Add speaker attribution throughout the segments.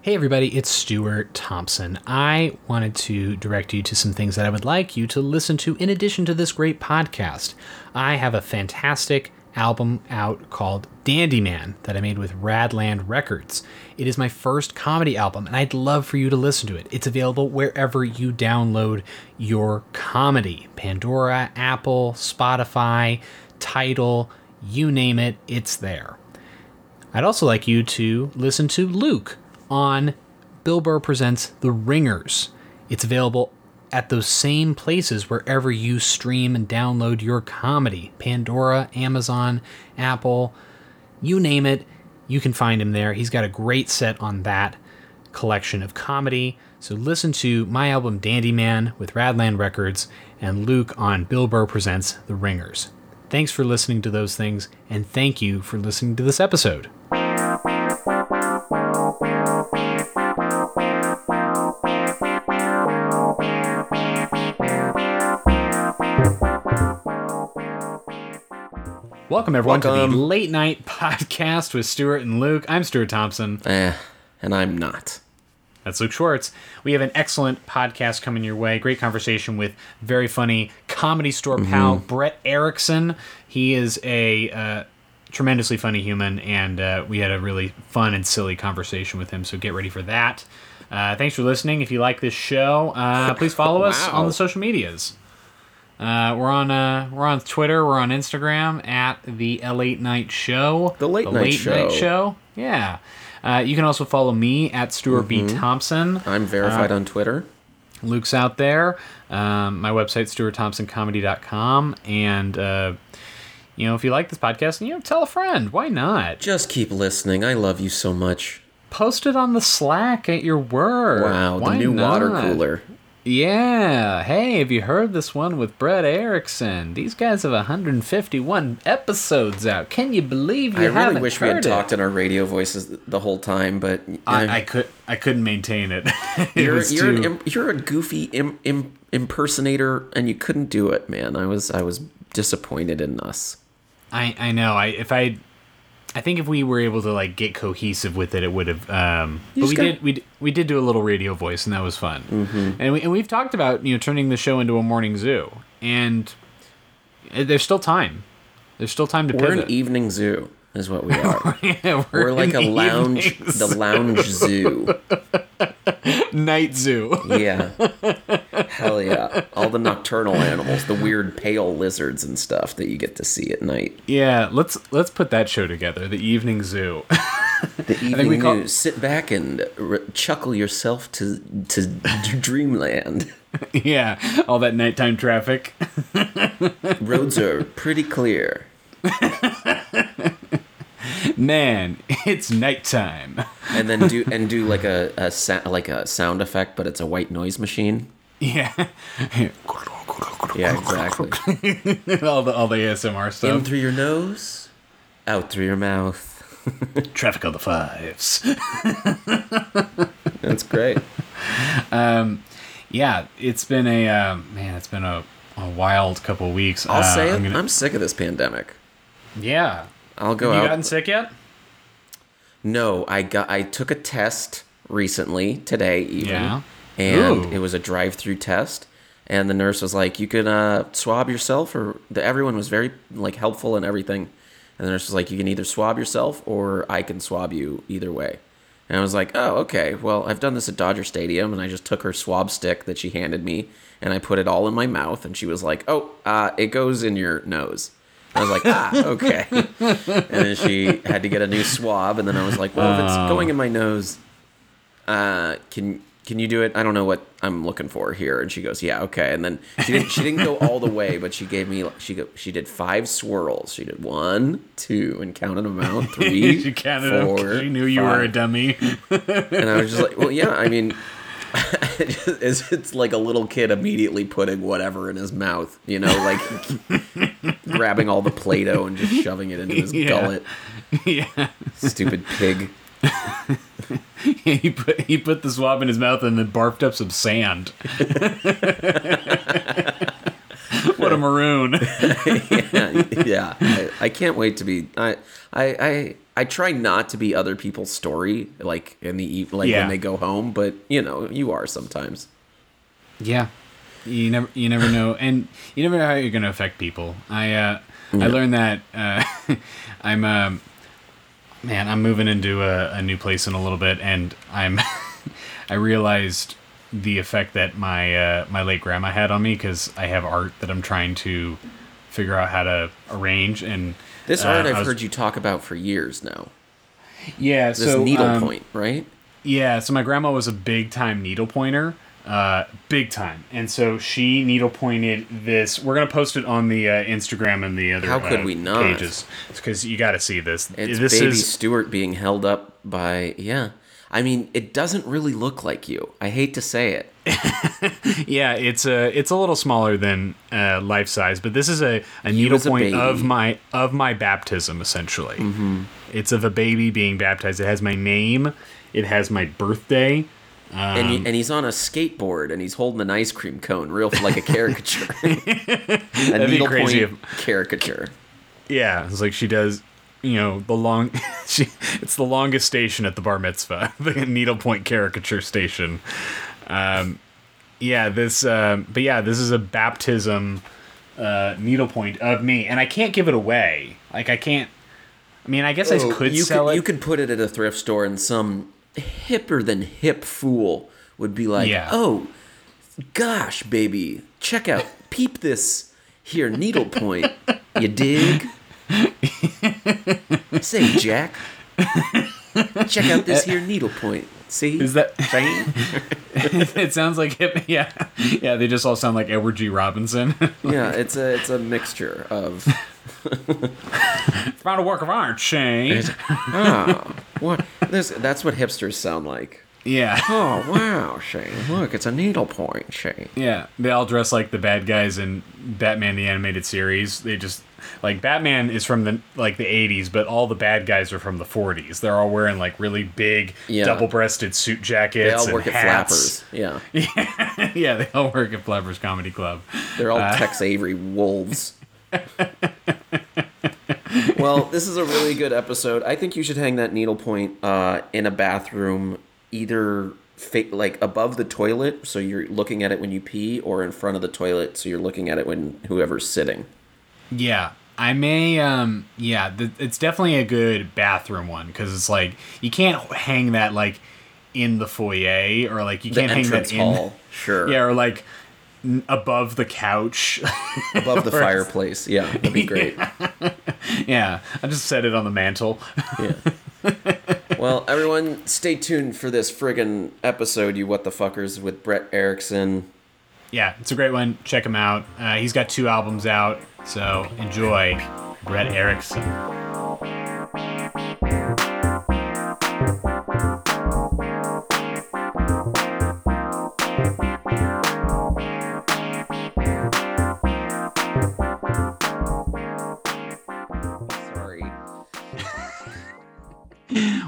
Speaker 1: Hey, everybody, it's Stuart Thompson. I wanted to direct you to some things that I would like you to listen to in addition to this great podcast. I have a fantastic album out called Dandy Man that I made with Radland Records. It is my first comedy album, and I'd love for you to listen to it. It's available wherever you download your comedy Pandora, Apple, Spotify, Tidal, you name it, it's there. I'd also like you to listen to Luke on Bill Burr Presents The Ringers. It's available at those same places wherever you stream and download your comedy Pandora, Amazon, Apple, you name it, you can find him there. He's got a great set on that collection of comedy. So listen to my album Dandy Man with Radland Records and Luke on Bill Burr Presents The Ringers. Thanks for listening to those things, and thank you for listening to this episode. Welcome, everyone, to
Speaker 2: Welcome.
Speaker 1: the Late Night Podcast with Stuart and Luke. I'm Stuart Thompson.
Speaker 2: Eh, and I'm not.
Speaker 1: That's Luke Schwartz. We have an excellent podcast coming your way. Great conversation with very funny comedy store
Speaker 2: Mm-hmm.
Speaker 1: pal Brett Erickson. He is a uh, tremendously funny human, and uh, we had a really fun and silly conversation with him. So get ready for that. Uh, thanks for listening. If you like this show, uh, please follow us
Speaker 2: Wow.
Speaker 1: on the social medias. Uh, we're on uh, we're on Twitter. We're on Instagram at the L Eight Night Show.
Speaker 2: The Late Night Show.
Speaker 1: Show. Yeah. Uh, you can also follow me at Stuart B.
Speaker 2: Mm-hmm.
Speaker 1: Thompson.
Speaker 2: I'm
Speaker 1: Ah.
Speaker 2: verified on Twitter.
Speaker 1: Luke's out there. Um, my website, stuartthompsoncomedy.com. And, uh, you know, if you like this podcast, you know, tell a friend. Why not?
Speaker 2: Just keep listening. I love you so much.
Speaker 1: Post it on the Slack at your work.
Speaker 2: Wow,
Speaker 1: Why
Speaker 2: the new water
Speaker 1: not?
Speaker 2: cooler.
Speaker 1: Yeah. Hey, have you heard this one with Brett Erickson? These guys have 151 episodes out. Can you believe you
Speaker 2: I really
Speaker 1: haven't
Speaker 2: wish we
Speaker 1: heard
Speaker 2: had
Speaker 1: it?
Speaker 2: talked in our radio voices the whole time, but eh,
Speaker 1: I, I could I couldn't maintain it. It
Speaker 2: you're
Speaker 1: was
Speaker 2: you're, an
Speaker 1: too-
Speaker 2: im- you're a goofy Im, Im, impersonator, and you couldn't do it, man. I was I was disappointed in us.
Speaker 1: I I know. I if I I think if we were able to like get cohesive with it, it would have. Um, but
Speaker 2: just
Speaker 1: we
Speaker 2: gotta- Mm-hmm.
Speaker 1: did we d- we did do a little radio voice, and that was fun. And we and we've talked about you know turning the show into a morning zoo, and uh, there's still time. There's still time to
Speaker 2: We're an
Speaker 1: pivot.
Speaker 2: evening zoo, is what we are.
Speaker 1: yeah, we're,
Speaker 2: We're like a
Speaker 1: an
Speaker 2: lounge,
Speaker 1: evening
Speaker 2: the lounge zoo.
Speaker 1: night zoo.
Speaker 2: Yeah. Hell yeah. All the nocturnal animals, the weird pale lizards and stuff that you get to see at night.
Speaker 1: yeah, let's let's put that show together. The evening zoo.
Speaker 2: The
Speaker 1: we
Speaker 2: evening
Speaker 1: call-
Speaker 2: news. Sit back and r chuckle yourself to to d- dreamland.
Speaker 1: yeah, all that nighttime traffic.
Speaker 2: Roads are pretty clear.
Speaker 1: Man, it's nighttime.
Speaker 2: And then do and do like a, a sa- like a sound effect, but it's a white noise machine.
Speaker 1: Yeah.
Speaker 2: Yeah, exactly.
Speaker 1: all the all the ASMR
Speaker 2: In
Speaker 1: stuff.
Speaker 2: through your nose, out through your mouth.
Speaker 1: Traffic on the fives.
Speaker 2: That's great.
Speaker 1: yeah, it's been a uh, man. It's been a, a wild couple weeks. Uh,
Speaker 2: I'll say it.
Speaker 1: I'm
Speaker 2: I'm,
Speaker 1: gonna-
Speaker 2: sick of this pandemic.
Speaker 1: yeah.
Speaker 2: I'll go
Speaker 1: you
Speaker 2: out.
Speaker 1: gotten sick yet?
Speaker 2: No, I got I took a test recently today even,
Speaker 1: Yeah.
Speaker 2: and
Speaker 1: Ooh.
Speaker 2: it was a drive-through test. And the nurse was like, "You could uh, swab yourself," or the, everyone was very like helpful and everything. And the nurse was like, "You can either swab yourself or I can swab you either way." And I was like, "Oh, okay. Well, I've done this at Dodger Stadium, and I just took her swab stick that she handed me, and I put it all in my mouth." And she was like, "Oh, uh, it goes in your nose." I was like, "Ah, okay." and then she had to get a new swab and then i was like well if it's
Speaker 1: Oh.
Speaker 2: going in my nose uh can can you do it i don't know what i'm looking for here and she goes yeah okay and then she didn't, she didn't go all the way but she gave me she go, she did five swirls she did one two and counted them out three
Speaker 1: she counted them. 'cause
Speaker 2: four,
Speaker 1: She knew you were a
Speaker 2: five.
Speaker 1: dummy.
Speaker 2: and i was just like well yeah i mean it's, it's like a little kid immediately putting whatever in his mouth you know like grabbing all the play-doh and just shoving it into his
Speaker 1: Yeah.
Speaker 2: gullet
Speaker 1: yeah.
Speaker 2: stupid pig
Speaker 1: He put he put the swab in his mouth and then barfed up some sand. what a maroon.
Speaker 2: yeah, yeah. I, I can't wait to be. I, I, I, I try not to be other people's story, like in the eve- like
Speaker 1: Yeah.
Speaker 2: when they go home, but you know, you are sometimes.
Speaker 1: Yeah, you never you never know, and you never know how you're going to affect people. I uh, I learned that uh, I'm um, man, I'm moving into a, a new place in a little bit, and I'm I realized the effect that my uh, my late grandma had on me because I have art that I'm trying to figure out how to arrange and.
Speaker 2: This
Speaker 1: uh,
Speaker 2: art I've
Speaker 1: I was-
Speaker 2: heard you talk about for years now.
Speaker 1: Yeah,
Speaker 2: This
Speaker 1: so um,
Speaker 2: needlepoint, right?
Speaker 1: Yeah, so my grandma was a big time needle pointer, uh, big time, and so she needle pointed this. We're gonna post it on the uh, Instagram and the other.
Speaker 2: How could
Speaker 1: uh,
Speaker 2: we not?
Speaker 1: Pages because you got to see this.
Speaker 2: It's
Speaker 1: this
Speaker 2: baby
Speaker 1: is
Speaker 2: Stewart being held up by yeah. I mean, it doesn't really look like you. I hate to say it.
Speaker 1: yeah, it's a it's a little smaller than uh, life size, but this is a, a needle
Speaker 2: was a
Speaker 1: point
Speaker 2: baby. Mm-hmm.
Speaker 1: of my of my baptism essentially. It's of a baby being baptized. It has my name. It has my birthday.
Speaker 2: and,
Speaker 1: Um,
Speaker 2: he, and he's on a skateboard and he's holding an ice cream cone, real like a caricature. a
Speaker 1: be crazy
Speaker 2: needlepoint caricature.
Speaker 1: Yeah, it's like she does. You know, the long. she it's the longest station at the bar mitzvah, the needlepoint caricature station. Um, yeah, this. Um, but yeah, this is a baptism uh, needlepoint of me, and I can't give it away. Like I can't. I mean, I guess I could
Speaker 2: Oh, you
Speaker 1: sell
Speaker 2: could,
Speaker 1: it.
Speaker 2: You could put it at a thrift store, and some hipper than hip fool would be like,
Speaker 1: Yeah.
Speaker 2: "Oh, gosh, baby, check out, peep this here needlepoint. you dig? Say, Jack, check out this here needlepoint. See?
Speaker 1: Is that?
Speaker 2: Bang.
Speaker 1: it sounds like hip. Yeah, yeah. They just all sound like Edward G. Robinson.
Speaker 2: yeah, it's a it's a mixture of
Speaker 1: Found a work of art, Shane.
Speaker 2: oh, what this, that's what hipsters sound like.
Speaker 1: Yeah.
Speaker 2: Oh wow, Shane! Look, it's a needlepoint, Shane.
Speaker 1: Yeah, they all dress like the bad guys in Batman the animated series. They just like Batman is from the like the 80s, but all the bad guys are from the 40s. They're all wearing like really big
Speaker 2: Yeah.
Speaker 1: double-breasted suit jackets
Speaker 2: They all
Speaker 1: and
Speaker 2: work at
Speaker 1: hats.
Speaker 2: Flappers. Yeah,
Speaker 1: Flappers. yeah, they all work at Flappers Comedy Club.
Speaker 2: they're
Speaker 1: Uh,
Speaker 2: all Tex Avery wolves. well, this is a really good episode. I think you should hang that needlepoint uh, in a bathroom, either fa- like above the toilet, so you're looking at it when you pee, or in front of the toilet, so you're looking at it when whoever's sitting.
Speaker 1: Yeah. I may um yeah, th- it's definitely a good bathroom one cuz it's like you can't hang that like in the foyer or like you
Speaker 2: The
Speaker 1: can't hang
Speaker 2: entrance
Speaker 1: that in
Speaker 2: hall, sure.
Speaker 1: Yeah, or like n- above the couch.
Speaker 2: above the fireplace. Yeah, that'd be great.
Speaker 1: Yeah, I just set it on the mantle.
Speaker 2: Yeah. well, everyone, stay tuned for this friggin' episode, you what the fuckers, with Brett Erickson.
Speaker 1: yeah, it's a great one. Check him out. Uh, he's got two albums out, so enjoy Brett Erickson.
Speaker 2: Sorry.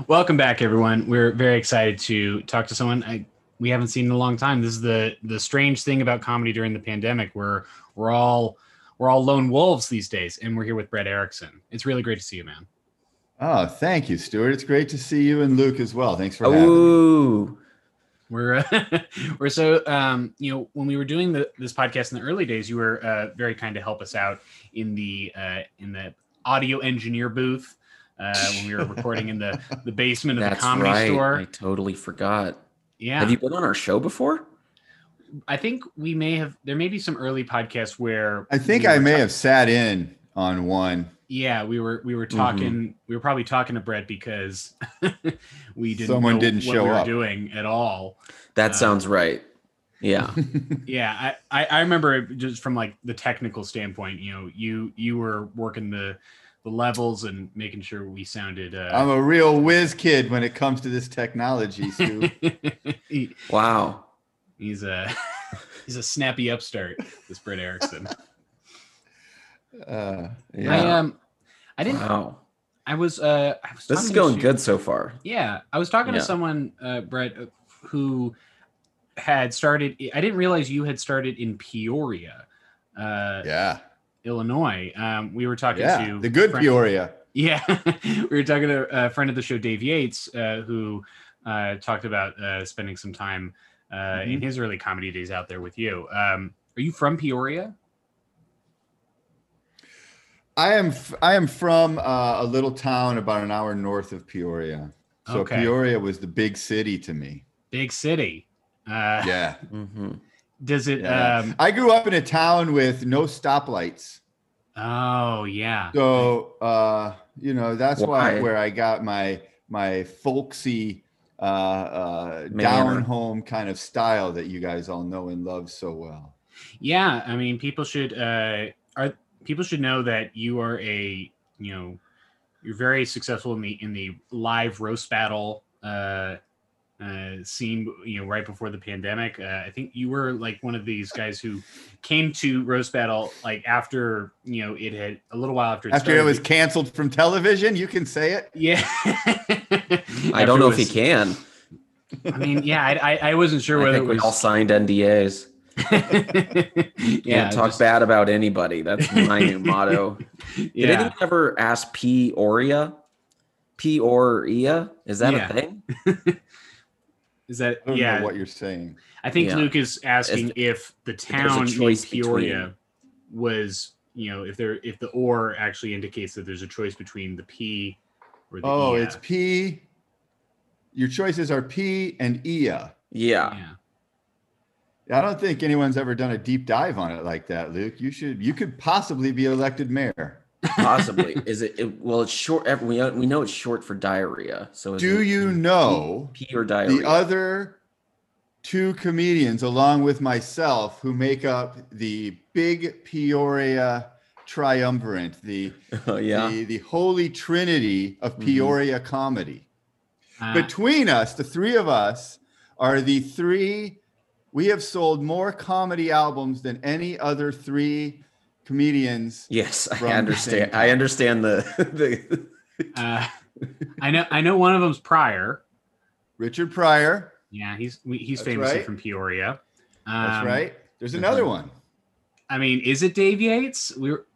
Speaker 1: Welcome back, everyone. We're very excited to talk to someone I, we haven't seen in a long time. This is the the strange thing about comedy during the pandemic, where we're all we're all lone wolves these days, and we're here with Brett Erickson. It's really great to see you, man.
Speaker 3: Oh, thank you, Stuart. It's great to see you and Luke as well. Thanks for
Speaker 1: Oh,
Speaker 3: having me.
Speaker 2: Ooh.
Speaker 1: We're uh, we're so um, you know when we were doing the, this podcast in the early days, you were uh, very kind to help us out in the uh, in the audio engineer booth uh, when we were recording in the the basement of
Speaker 2: That's
Speaker 1: the comedy
Speaker 2: right. I
Speaker 1: store.
Speaker 2: totally forgot.
Speaker 1: Yeah,
Speaker 2: Have you been on our show before?
Speaker 1: I think we may have there may be some early podcasts where
Speaker 3: I think
Speaker 1: we
Speaker 3: I
Speaker 1: were
Speaker 3: may
Speaker 1: ta-
Speaker 3: have sat in on one.
Speaker 1: yeah we were we were
Speaker 2: Mm-hmm.
Speaker 1: talking we were probably talking to Brett because we didn't
Speaker 3: Someone
Speaker 1: know
Speaker 3: didn't
Speaker 1: what
Speaker 3: show
Speaker 1: we were
Speaker 3: up.
Speaker 1: doing at all.
Speaker 2: That
Speaker 1: Uh,
Speaker 2: sounds right. Yeah.
Speaker 1: yeah I, I i remember it just from like the technical standpoint you know you you were working the the levels and making sure we sounded
Speaker 3: I'm
Speaker 1: uh
Speaker 3: a real whiz kid when it comes to this technology, Stu.
Speaker 1: he-
Speaker 2: Wow.
Speaker 1: he's a he's a snappy upstart this brett erickson
Speaker 3: Uh,
Speaker 1: i
Speaker 3: yeah.
Speaker 1: um i didn't
Speaker 2: Wow.
Speaker 1: i was uh i was
Speaker 2: This is
Speaker 1: talking to
Speaker 2: going
Speaker 1: Stu-
Speaker 2: good so far.
Speaker 1: Yeah, I was talking
Speaker 2: Yeah.
Speaker 1: to someone, uh, Brett, who had started. I didn't realize you had started in Peoria, uh,
Speaker 3: yeah.
Speaker 1: Illinois. Um, we were talking
Speaker 3: Yeah.
Speaker 1: to
Speaker 3: The good
Speaker 1: Frank-
Speaker 3: Peoria.
Speaker 1: Yeah, we were talking to a friend of the show, Dave Yates, uh, who uh, talked about uh, spending some time uh,
Speaker 3: Mm-hmm.
Speaker 1: in his early comedy days out there with you. Um, are you from Peoria?
Speaker 3: I am f- I am from uh, a little town about an hour north of Peoria. So
Speaker 1: Okay.
Speaker 3: Peoria was the big city to me.
Speaker 1: Big city. Uh,
Speaker 3: Yeah.
Speaker 2: Mm-hmm.
Speaker 1: Does it?
Speaker 3: yeah.
Speaker 1: Um,
Speaker 3: I grew up in a town with no stoplights.
Speaker 1: oh yeah.
Speaker 3: So uh, you know that's why
Speaker 2: Why?
Speaker 3: where I got my my folksy uh, uh,
Speaker 2: Manner.
Speaker 3: down home kind of style that you guys all know and love so well.
Speaker 1: Yeah, I mean, people should uh, are people should know that you are a you know you're very successful in the in the live roast battle uh, uh, scene. You know, right before the pandemic, uh, I think you were like one of these guys who came to roast battle like after you know it had a little while after it
Speaker 3: After it
Speaker 1: started.
Speaker 3: was canceled from television, you can say it.
Speaker 1: Yeah,
Speaker 2: I don't know if he can.
Speaker 1: can. I mean, yeah, I, I, I wasn't sure
Speaker 2: I
Speaker 1: whether
Speaker 2: think
Speaker 1: it
Speaker 2: we
Speaker 1: was.
Speaker 2: all signed NDAs.
Speaker 1: yeah,
Speaker 2: Can't talk
Speaker 1: just-
Speaker 2: bad about anybody. That's my new motto. Did
Speaker 1: yeah.
Speaker 2: anyone ever ask Peoria? Peoria? Is that
Speaker 1: Yeah.
Speaker 2: a thing?
Speaker 1: Is that
Speaker 3: I don't
Speaker 1: yeah?
Speaker 3: know what you're saying.
Speaker 1: I think
Speaker 2: Yeah.
Speaker 1: Luke is asking if the
Speaker 2: there's a
Speaker 1: town in
Speaker 2: choice
Speaker 1: Peoria was, you know, if there if the or actually indicates that there's a choice between the P or the E.
Speaker 3: Oh,
Speaker 1: Ia.
Speaker 3: it's P. Your choices are P and Ia.
Speaker 2: Yeah.
Speaker 1: yeah.
Speaker 3: I don't think anyone's ever done a deep dive on it like that, Luke. You should. You could possibly be elected mayor.
Speaker 2: Possibly. Is it, it? Well, it's short. ev- We we know it's short for diarrhea. So is
Speaker 3: Do
Speaker 2: it
Speaker 3: you know
Speaker 2: P or
Speaker 3: the
Speaker 2: diarrhea?
Speaker 3: other two comedians, along with myself, who make up the Big Peoria triumvirate, the
Speaker 2: Oh, yeah.
Speaker 3: the, the holy trinity of
Speaker 2: Mhm.
Speaker 3: Peoria comedy?
Speaker 2: Ah.
Speaker 1: Uh,
Speaker 3: between us, the three of us, are the three. We have sold more comedy albums than any other three comedians.
Speaker 2: Yes,
Speaker 3: From
Speaker 2: I
Speaker 3: the
Speaker 2: understand.
Speaker 3: same
Speaker 2: I understand the the.
Speaker 1: uh, I know I know one of them's Pryor.
Speaker 3: Richard Pryor,
Speaker 1: Yeah, he's we- he's
Speaker 3: That's
Speaker 1: famously
Speaker 3: right.
Speaker 1: from Peoria. Um,
Speaker 3: that's right. There's another
Speaker 2: mhm.
Speaker 3: one.
Speaker 1: I mean, is it Dave Yates? We were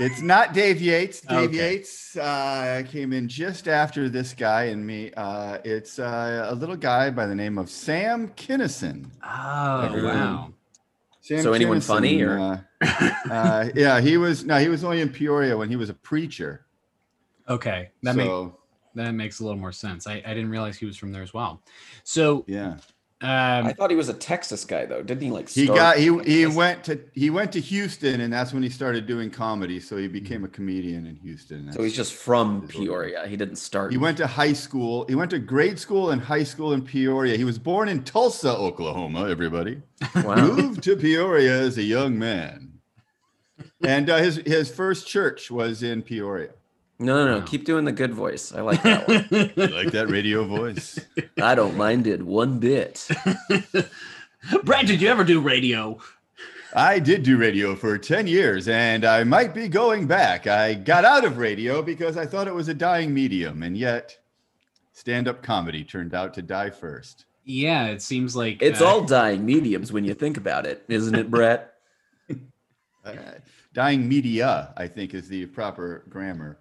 Speaker 3: It's not Dave Yates. Dave
Speaker 1: Okay.
Speaker 3: Yates uh, came in just after this guy and me. Uh, it's uh, a little guy by the name of Sam Kinnison.
Speaker 1: oh
Speaker 2: Everyone.
Speaker 1: wow.
Speaker 3: Sam
Speaker 2: So anyone funny, or-
Speaker 3: uh, uh, yeah, he was. No, he was only in Peoria when he was a preacher.
Speaker 1: Okay, that makes
Speaker 3: so
Speaker 1: that makes a little more sense. I, I didn't realize he was from there as well. So
Speaker 3: yeah.
Speaker 1: um,
Speaker 2: I thought he was a Texas guy though. Didn't he like?
Speaker 3: he
Speaker 2: start
Speaker 3: got he
Speaker 2: in
Speaker 3: he
Speaker 2: Texas?
Speaker 3: went to he went to Houston and that's when he started doing comedy. So he became a comedian in Houston.
Speaker 2: So he's
Speaker 3: That's-
Speaker 2: just from
Speaker 3: That's what we-
Speaker 2: Peoria. He didn't start.
Speaker 3: he went to high school. He went to grade school and high school in Peoria. He was born in Tulsa, Oklahoma. Everybody
Speaker 2: Wow.
Speaker 3: moved to Peoria as a young man, and uh, his his first church was in Peoria.
Speaker 2: No, no, no.
Speaker 1: Wow.
Speaker 2: Keep doing the good voice. I like that one.
Speaker 3: You like that radio voice?
Speaker 2: I don't mind it one bit.
Speaker 1: Brad, did you ever um, do radio?
Speaker 3: I did do radio for 10 years and I might be going back. I got out of radio because I thought it was a dying medium, and yet stand up comedy turned out to die first.
Speaker 1: Yeah, it seems like
Speaker 2: It's
Speaker 1: uh,
Speaker 2: all dying mediums when you think about it, isn't it, Brett?
Speaker 3: Uh, dying media, I think, is the proper grammar.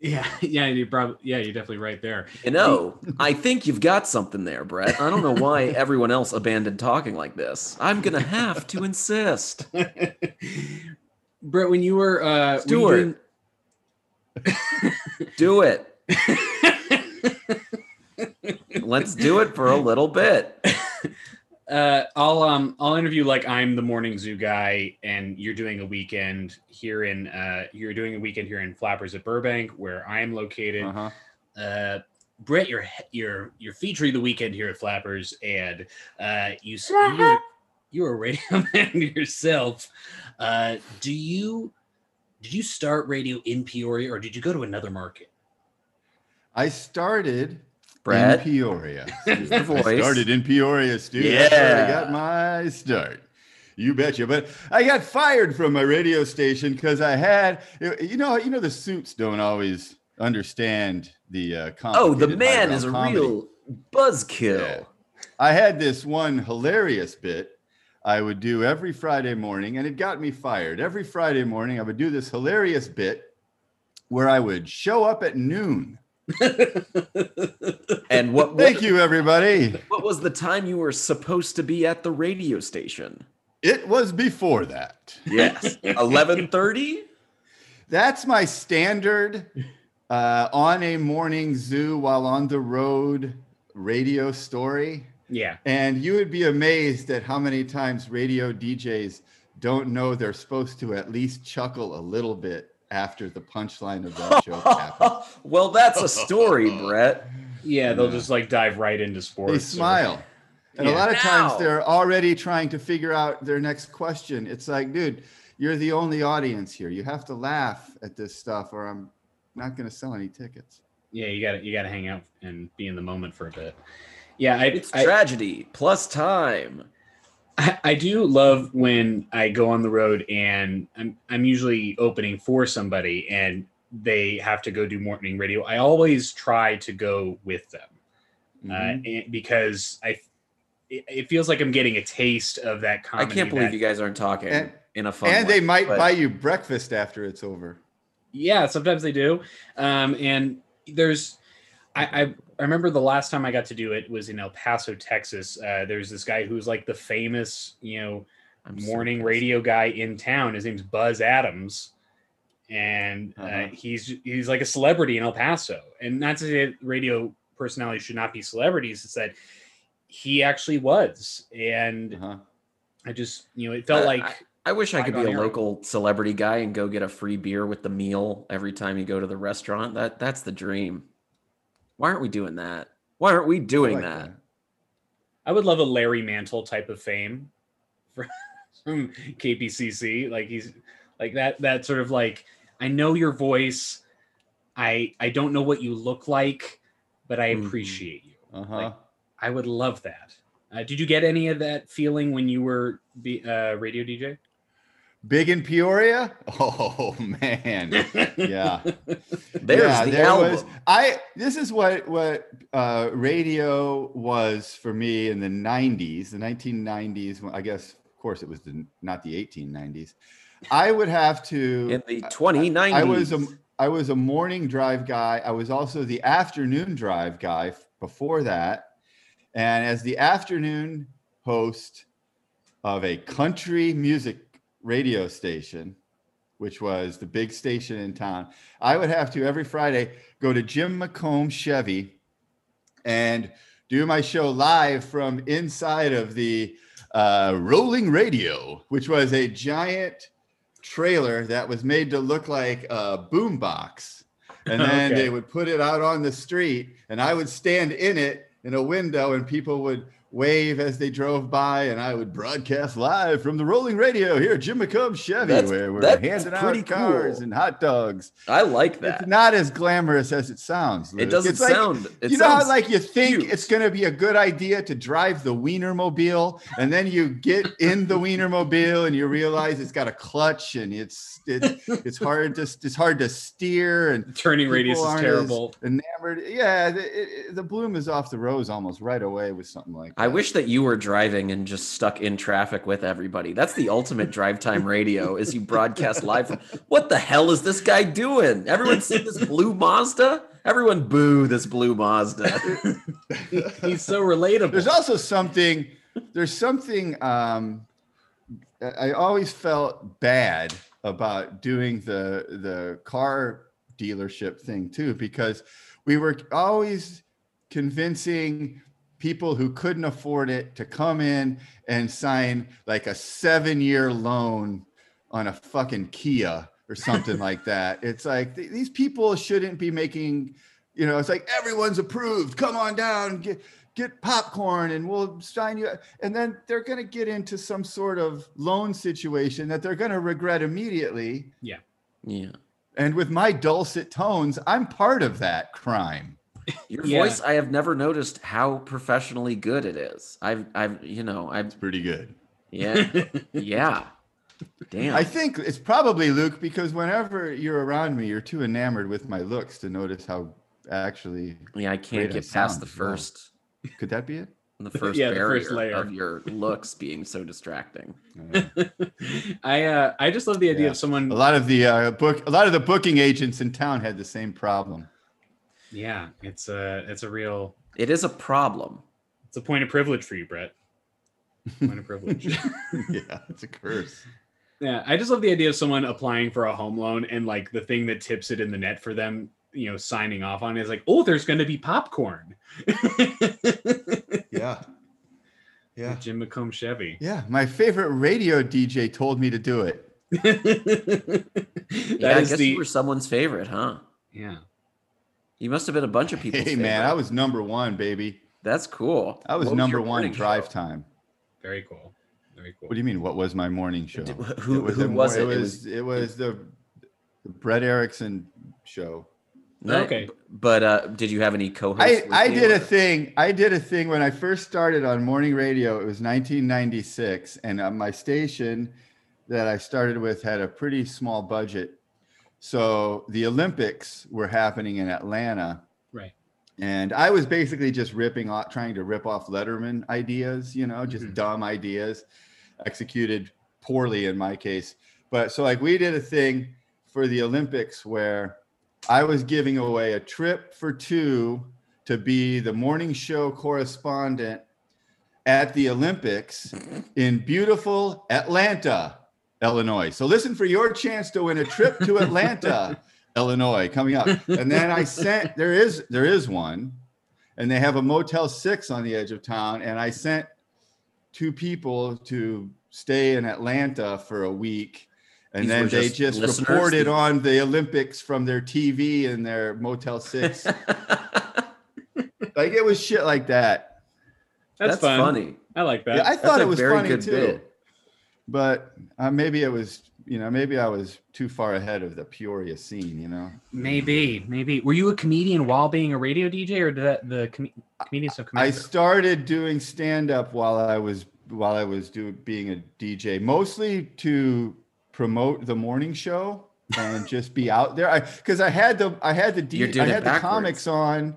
Speaker 1: Yeah, yeah, you probably yeah, you're definitely right there.
Speaker 2: You know, I think you've got something there, Brett. I don't know why everyone else abandoned talking like this. I'm gonna have to insist.
Speaker 1: Brett, when you were uh when you were
Speaker 2: Stuart, do it. Let's do it for a little bit.
Speaker 1: doing- uh I'll um I'll interview like I'm the morning zoo guy and you're doing a weekend here in uh you're doing a weekend here in Flappers at Burbank where I am located.
Speaker 3: Uh-huh.
Speaker 1: uh, Brett, you're you're you're featuring the weekend here at Flappers, and uh, you s- you were, you were a radio man yourself. Uh, do you did you start radio in Peoria, or did you go to another market?
Speaker 3: I started in
Speaker 2: Brett,
Speaker 3: Peoria.
Speaker 2: use the voice.
Speaker 3: I started in Peoria, Stu. That's where I got my start. You betcha. But I got fired from my radio station because I had, you know, you know, the suits don't always understand the. Uh,
Speaker 2: oh, the
Speaker 3: complicated
Speaker 2: man
Speaker 3: highbrow
Speaker 2: is a
Speaker 3: comedy.
Speaker 2: real buzzkill.
Speaker 3: Yeah. I had this one hilarious bit I would do every Friday morning, and it got me fired. Every Friday morning, I would do this hilarious bit where I would show up at noon.
Speaker 2: And what
Speaker 3: Thank you, everybody.
Speaker 2: what was the time you were supposed to be at the radio station?
Speaker 3: It was before that.
Speaker 2: Yes, eleven thirty.
Speaker 3: That's my standard uh, on a morning zoo while on the road radio story.
Speaker 1: Yeah.
Speaker 3: And you would be amazed at how many times radio DJs don't know they're supposed to at least chuckle a little bit after the punchline of that joke happens.
Speaker 2: well, that's a story, Brett.
Speaker 1: Yeah, they'll
Speaker 2: uh,
Speaker 3: Yeah.
Speaker 1: just like dive right into sports.
Speaker 3: They
Speaker 1: or-
Speaker 3: smile. And a
Speaker 1: Yeah.
Speaker 3: lot of
Speaker 2: Now.
Speaker 3: times they're already trying to figure out their next question. It's like, dude, you're the only audience here. You have to laugh at this stuff or I'm not going to sell any tickets.
Speaker 1: Yeah, you got to you got to hang out and be in the moment for a bit. Yeah, I,
Speaker 2: It's
Speaker 1: I,
Speaker 2: tragedy plus time.
Speaker 1: I, I do love when I go on the road and I'm, I'm usually opening for somebody and they have to go do morning radio. I always try to go with them
Speaker 3: Mhm.
Speaker 2: Mm-hmm.
Speaker 1: uh, and because I, it, it feels like I'm getting a taste of that
Speaker 2: I
Speaker 1: comedy.
Speaker 2: can't believe
Speaker 1: that-
Speaker 2: you guys aren't talking
Speaker 3: And-
Speaker 2: in a fun.
Speaker 3: and
Speaker 2: way,
Speaker 3: they might
Speaker 2: but-
Speaker 3: buy you breakfast after it's over.
Speaker 1: Yeah, sometimes they do. Um, and there's, I, I, I remember the last time I got to do it was in El Paso, Texas. Uh, there's this guy who's like the famous, you know,
Speaker 2: I'm so
Speaker 1: morning
Speaker 2: pissed.
Speaker 1: radio guy in town. His name's Buzz Adams, and uh,
Speaker 2: Uh-huh.
Speaker 1: he's he's like a celebrity in El Paso. And not to say that radio personalities should not be celebrities; it's that he actually was. And
Speaker 3: Uh-huh.
Speaker 1: I just you know it felt
Speaker 2: Uh,
Speaker 1: like
Speaker 2: I wish I could be
Speaker 1: Bygone
Speaker 2: a
Speaker 1: era.
Speaker 2: local celebrity guy and go get a free beer with the meal every time you go to the restaurant. That that's the dream. Why aren't we doing that? Why aren't we doing
Speaker 3: I like
Speaker 2: that?
Speaker 1: I would love a Larry Mantle type of fame from, from KPCC. Like he's like that that sort of like I know your voice. I I don't know what you look like, but I
Speaker 2: Mhm.
Speaker 1: appreciate you.
Speaker 3: Uh-huh.
Speaker 1: Like, I would love that. Uh, did you get any of that feeling when you were be, uh, radio DJ?
Speaker 3: Big in Peoria? Oh man. Yeah.
Speaker 2: There's
Speaker 3: yeah,
Speaker 2: the
Speaker 3: there
Speaker 2: album.
Speaker 3: was I this is what what uh radio was for me in the 90s, the 1990s, when I guess of course it was the not the 1890s. I would have to
Speaker 2: in the 2090s.
Speaker 3: I um, was a I was a morning drive guy. I was also the afternoon drive guy f- before that, and as the afternoon host of a country music radio station, which was the big station in town, I would have to every Friday go to Jim McComb Chevy and do my show live from inside of the uh, Rolling Radio, which was a giant trailer that was made to look like a boombox. And then
Speaker 1: Okay.
Speaker 3: they would put it out on the street, and I would stand in it in a window, and people would wave as they drove by, and I would broadcast live from the Rolling Radio here at Jim McComb Chevy,
Speaker 2: That's-
Speaker 3: where we're
Speaker 2: that's
Speaker 3: handing
Speaker 2: pretty
Speaker 3: out cars
Speaker 2: cool.
Speaker 3: and hot dogs.
Speaker 2: I like
Speaker 3: It's
Speaker 2: that.
Speaker 3: not as glamorous as it sounds.
Speaker 2: It
Speaker 3: Luke.
Speaker 2: doesn't
Speaker 3: It's like-
Speaker 2: sound. it
Speaker 3: you know how
Speaker 2: sounds-
Speaker 3: like you think
Speaker 2: huge.
Speaker 3: it's going to be a good idea to drive the Wienermobile, and then you get in the Wienermobile and you realize it's got a clutch and it's it's it's hard to it's hard to steer and
Speaker 1: Turning radius
Speaker 3: people
Speaker 1: is
Speaker 3: aren't
Speaker 1: terrible.
Speaker 3: as enamored, yeah, the, it, it- the bloom is off the rose almost right away with something like.
Speaker 2: I
Speaker 3: that.
Speaker 2: wish that you were driving and just stuck in traffic with everybody. That's the ultimate drive time radio is you broadcast live from what the hell is this guy doing? Everyone see this blue Mazda? Everyone boo this blue Mazda.
Speaker 1: He's so relatable.
Speaker 3: There's also something. There's something. Um, I I always felt bad about doing the the car dealership thing too because we were always convincing people who couldn't afford it to come in and sign like a seven year loan on a fucking Kia or something like that. It's like th- these people shouldn't be making, you know, it's like everyone's approved. Come on down, get get popcorn and we'll sign you. And then they're going to get into some sort of loan situation that they're going to regret immediately.
Speaker 2: yeah.
Speaker 3: And with my dulcet tones, I'm part of that crime.
Speaker 2: Your
Speaker 1: Yeah.
Speaker 2: voice, I have never noticed how professionally good it is. I've, I've, you know, I've,
Speaker 3: Pretty good.
Speaker 2: yeah, yeah, damn.
Speaker 3: I think it's probably Luke because whenever you're around me, you're too enamored with my looks to notice how actually
Speaker 2: yeah, I
Speaker 3: Great
Speaker 2: can't
Speaker 3: on
Speaker 2: get past the
Speaker 3: sound as well.
Speaker 2: first.
Speaker 3: could that be it?
Speaker 2: the first
Speaker 4: Yeah, the
Speaker 2: barrier
Speaker 4: first layer.
Speaker 2: of your looks being so distracting.
Speaker 3: Uh,
Speaker 4: I uh, I just love the idea
Speaker 3: Yeah.
Speaker 4: of someone
Speaker 3: a lot of the uh, book, a lot of the booking agents in town had the same problem.
Speaker 1: Yeah, it's a it's a real
Speaker 2: It is a problem.
Speaker 1: it's a point of privilege for you, Brett. Point of privilege.
Speaker 3: yeah, it's a curse.
Speaker 4: Yeah, I just love the idea of someone applying for a home loan and like the thing that tips it in the net for them, you know, signing off on it is like, oh, there's going to be popcorn.
Speaker 3: Yeah, yeah,
Speaker 4: Jim McComb Chevy.
Speaker 3: yeah. My favorite radio DJ told me to do it.
Speaker 4: That is
Speaker 2: yeah, I guess
Speaker 4: the
Speaker 2: you were someone's favorite, huh?
Speaker 4: yeah.
Speaker 2: You must have been a bunch of people.
Speaker 3: Hey man, I was number one, baby.
Speaker 2: That's cool.
Speaker 3: I was,
Speaker 2: What
Speaker 3: number
Speaker 2: your
Speaker 3: one
Speaker 2: morning
Speaker 3: in drive
Speaker 2: show?
Speaker 3: time.
Speaker 4: Very cool. Very cool.
Speaker 3: What do you mean? What was my morning show?
Speaker 2: Did- who- who
Speaker 3: a
Speaker 2: was
Speaker 3: mor-
Speaker 2: it? It was-
Speaker 3: It was it was the the Brett Erickson show.
Speaker 2: No,
Speaker 4: Okay.
Speaker 2: b- But uh, did you have any co-hosts?
Speaker 3: I,
Speaker 2: with
Speaker 3: I
Speaker 2: you,
Speaker 3: did a
Speaker 2: or-
Speaker 3: thing. I did a thing when I first started on morning radio. It was 1996, and uh, my station that I started with had a pretty small budget. So the Olympics were happening in Atlanta,
Speaker 1: Right.
Speaker 3: And I was basically just ripping off, trying to rip off Letterman ideas, you know, just
Speaker 1: Mhm.
Speaker 3: dumb ideas, executed poorly in my case. But so like we did a thing for the Olympics where I was giving away a trip for two to be the morning show correspondent at the Olympics in beautiful Atlanta, Illinois. So listen for your chance to win a trip to Atlanta, Illinois coming up. And then I sent there is there is one and they have a Motel 6 on the edge of town and I sent two people to stay in Atlanta for a week. And
Speaker 2: These
Speaker 3: then
Speaker 2: were
Speaker 3: they
Speaker 2: just
Speaker 3: just
Speaker 2: listeners?
Speaker 3: reported on the Olympics from their TV and their Motel 6. like it was shit like that.
Speaker 4: That's,
Speaker 2: That's
Speaker 4: fun.
Speaker 2: funny.
Speaker 4: I like that.
Speaker 3: Yeah, I
Speaker 2: That's
Speaker 3: thought
Speaker 2: a
Speaker 3: it was
Speaker 2: very
Speaker 3: funny
Speaker 2: good
Speaker 3: too.
Speaker 2: bit.
Speaker 3: But uh, maybe it was, you know, maybe I was too far ahead of the Peoria scene, you know.
Speaker 1: Maybe, maybe. Were you a comedian while being a radio DJ, or did that the com- comedian stuff come
Speaker 3: I
Speaker 1: after?
Speaker 3: started doing stand up while I was while I was doing being a DJ, mostly to promote the morning show and just be out there. I because I had the I had the D,
Speaker 2: You're
Speaker 3: I
Speaker 2: doing it
Speaker 3: had the
Speaker 2: backwards.
Speaker 3: comics on.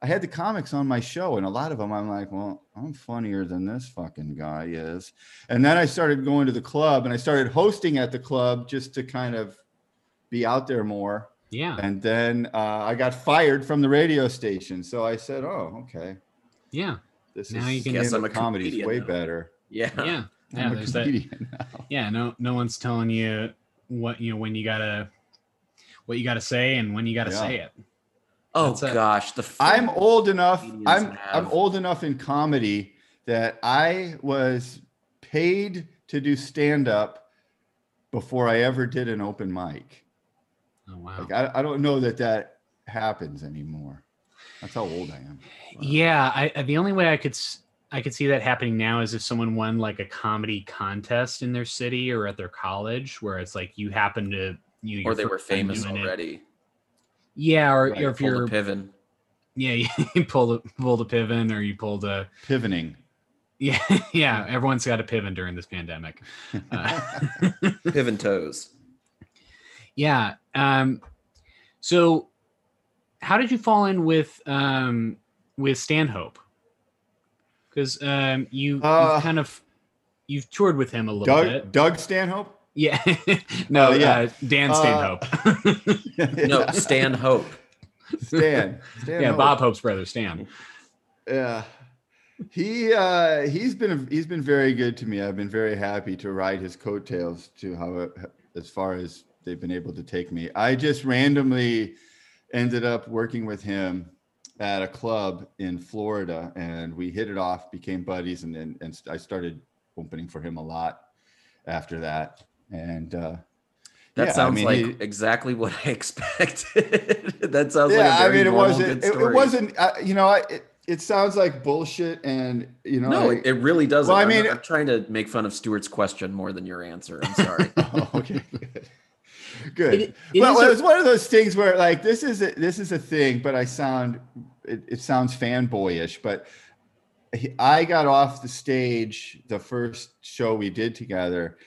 Speaker 3: I had the comics on my show, and a lot of them I'm like, well, I'm funnier than this fucking guy is. And then I started going to the club and I started hosting at the club just to kind of be out there more.
Speaker 1: Yeah,
Speaker 3: And then uh, I got fired from the radio station. So I said, oh, okay.
Speaker 1: yeah,
Speaker 3: This
Speaker 1: Now you
Speaker 3: is
Speaker 1: can-
Speaker 2: Guess I'm
Speaker 3: stand
Speaker 2: a
Speaker 3: up comedy's
Speaker 2: comedian
Speaker 3: way
Speaker 2: now.
Speaker 3: better.
Speaker 2: Yeah.
Speaker 1: yeah, yeah.
Speaker 3: I'm a
Speaker 1: There's that.
Speaker 3: comedian.
Speaker 1: Yeah, no, no one's telling you what you know when you gotta, what you gotta say and when you gotta
Speaker 3: Yeah.
Speaker 1: say it.
Speaker 2: Oh
Speaker 1: That's it.
Speaker 2: gosh, the.
Speaker 3: I'm
Speaker 2: fun-
Speaker 3: old enough.
Speaker 2: Comedians
Speaker 3: I'm I'm
Speaker 2: have-
Speaker 3: old enough in comedy that I was paid to do stand up before I ever did an open mic.
Speaker 1: Oh wow.
Speaker 3: Like I, I don't know that that happens anymore. That's how old I am.
Speaker 1: Yeah, I, I- the only way I could s- I could see that happening now is if someone won like a comedy contest in their city or at their college, where it's like you happen to you
Speaker 2: Or
Speaker 1: your
Speaker 2: they were
Speaker 1: first time
Speaker 2: famous
Speaker 1: doing it.
Speaker 2: already.
Speaker 1: Yeah, or,
Speaker 3: Right,
Speaker 1: or if
Speaker 2: Pulled a
Speaker 1: you're
Speaker 2: Piven.
Speaker 1: yeah, you pulled a pulled a pivot or you pulled a
Speaker 3: Pivoting.
Speaker 1: yeah yeah. Everyone's got a pivot during this pandemic. Uh,
Speaker 2: Piven toes.
Speaker 1: yeah. Um. So, how did you fall in with um with Stanhope? Because um you,
Speaker 3: Uh,
Speaker 1: you've kind of you've toured with him a little bit.
Speaker 3: Doug Doug Stanhope.
Speaker 1: Yeah. no,
Speaker 3: Oh, yeah.
Speaker 1: Uh, Dan
Speaker 3: Uh,
Speaker 1: Stanhope.
Speaker 2: No, Stan Hope.
Speaker 3: Stan. Stan
Speaker 1: yeah,
Speaker 3: Hope.
Speaker 1: Bob Hope's brother, Stan.
Speaker 3: Yeah. He uh he's been he's been very good to me. I've been very happy to ride his coattails to how as far as they've been able to take me. I just randomly ended up working with him at a club in Florida and we hit it off, became buddies and and, and I started opening for him a lot after that. And uh
Speaker 2: That
Speaker 3: yeah, I
Speaker 2: sounds
Speaker 3: mean,
Speaker 2: like
Speaker 3: he-
Speaker 2: exactly what I expected. that sounds
Speaker 3: yeah,
Speaker 2: like a very
Speaker 3: I mean, it
Speaker 2: normal,
Speaker 3: wasn't.
Speaker 2: good
Speaker 3: It,
Speaker 2: story.
Speaker 3: it wasn't. Uh, you know, I, it it sounds like bullshit, and you know,
Speaker 2: No,
Speaker 3: I-
Speaker 2: it, it really doesn't.
Speaker 3: Well, I
Speaker 2: I mean,
Speaker 3: mean-
Speaker 2: I'm, I'm trying to make fun of Stuart's question more than your answer. I'm sorry.
Speaker 3: Oh, okay. Good. Good.
Speaker 1: It- it
Speaker 3: well,
Speaker 1: is a-
Speaker 3: it's one of those things where like this is a, this is a thing, but I sound it, it sounds fanboyish, but he- I got off the stage the first show we did together,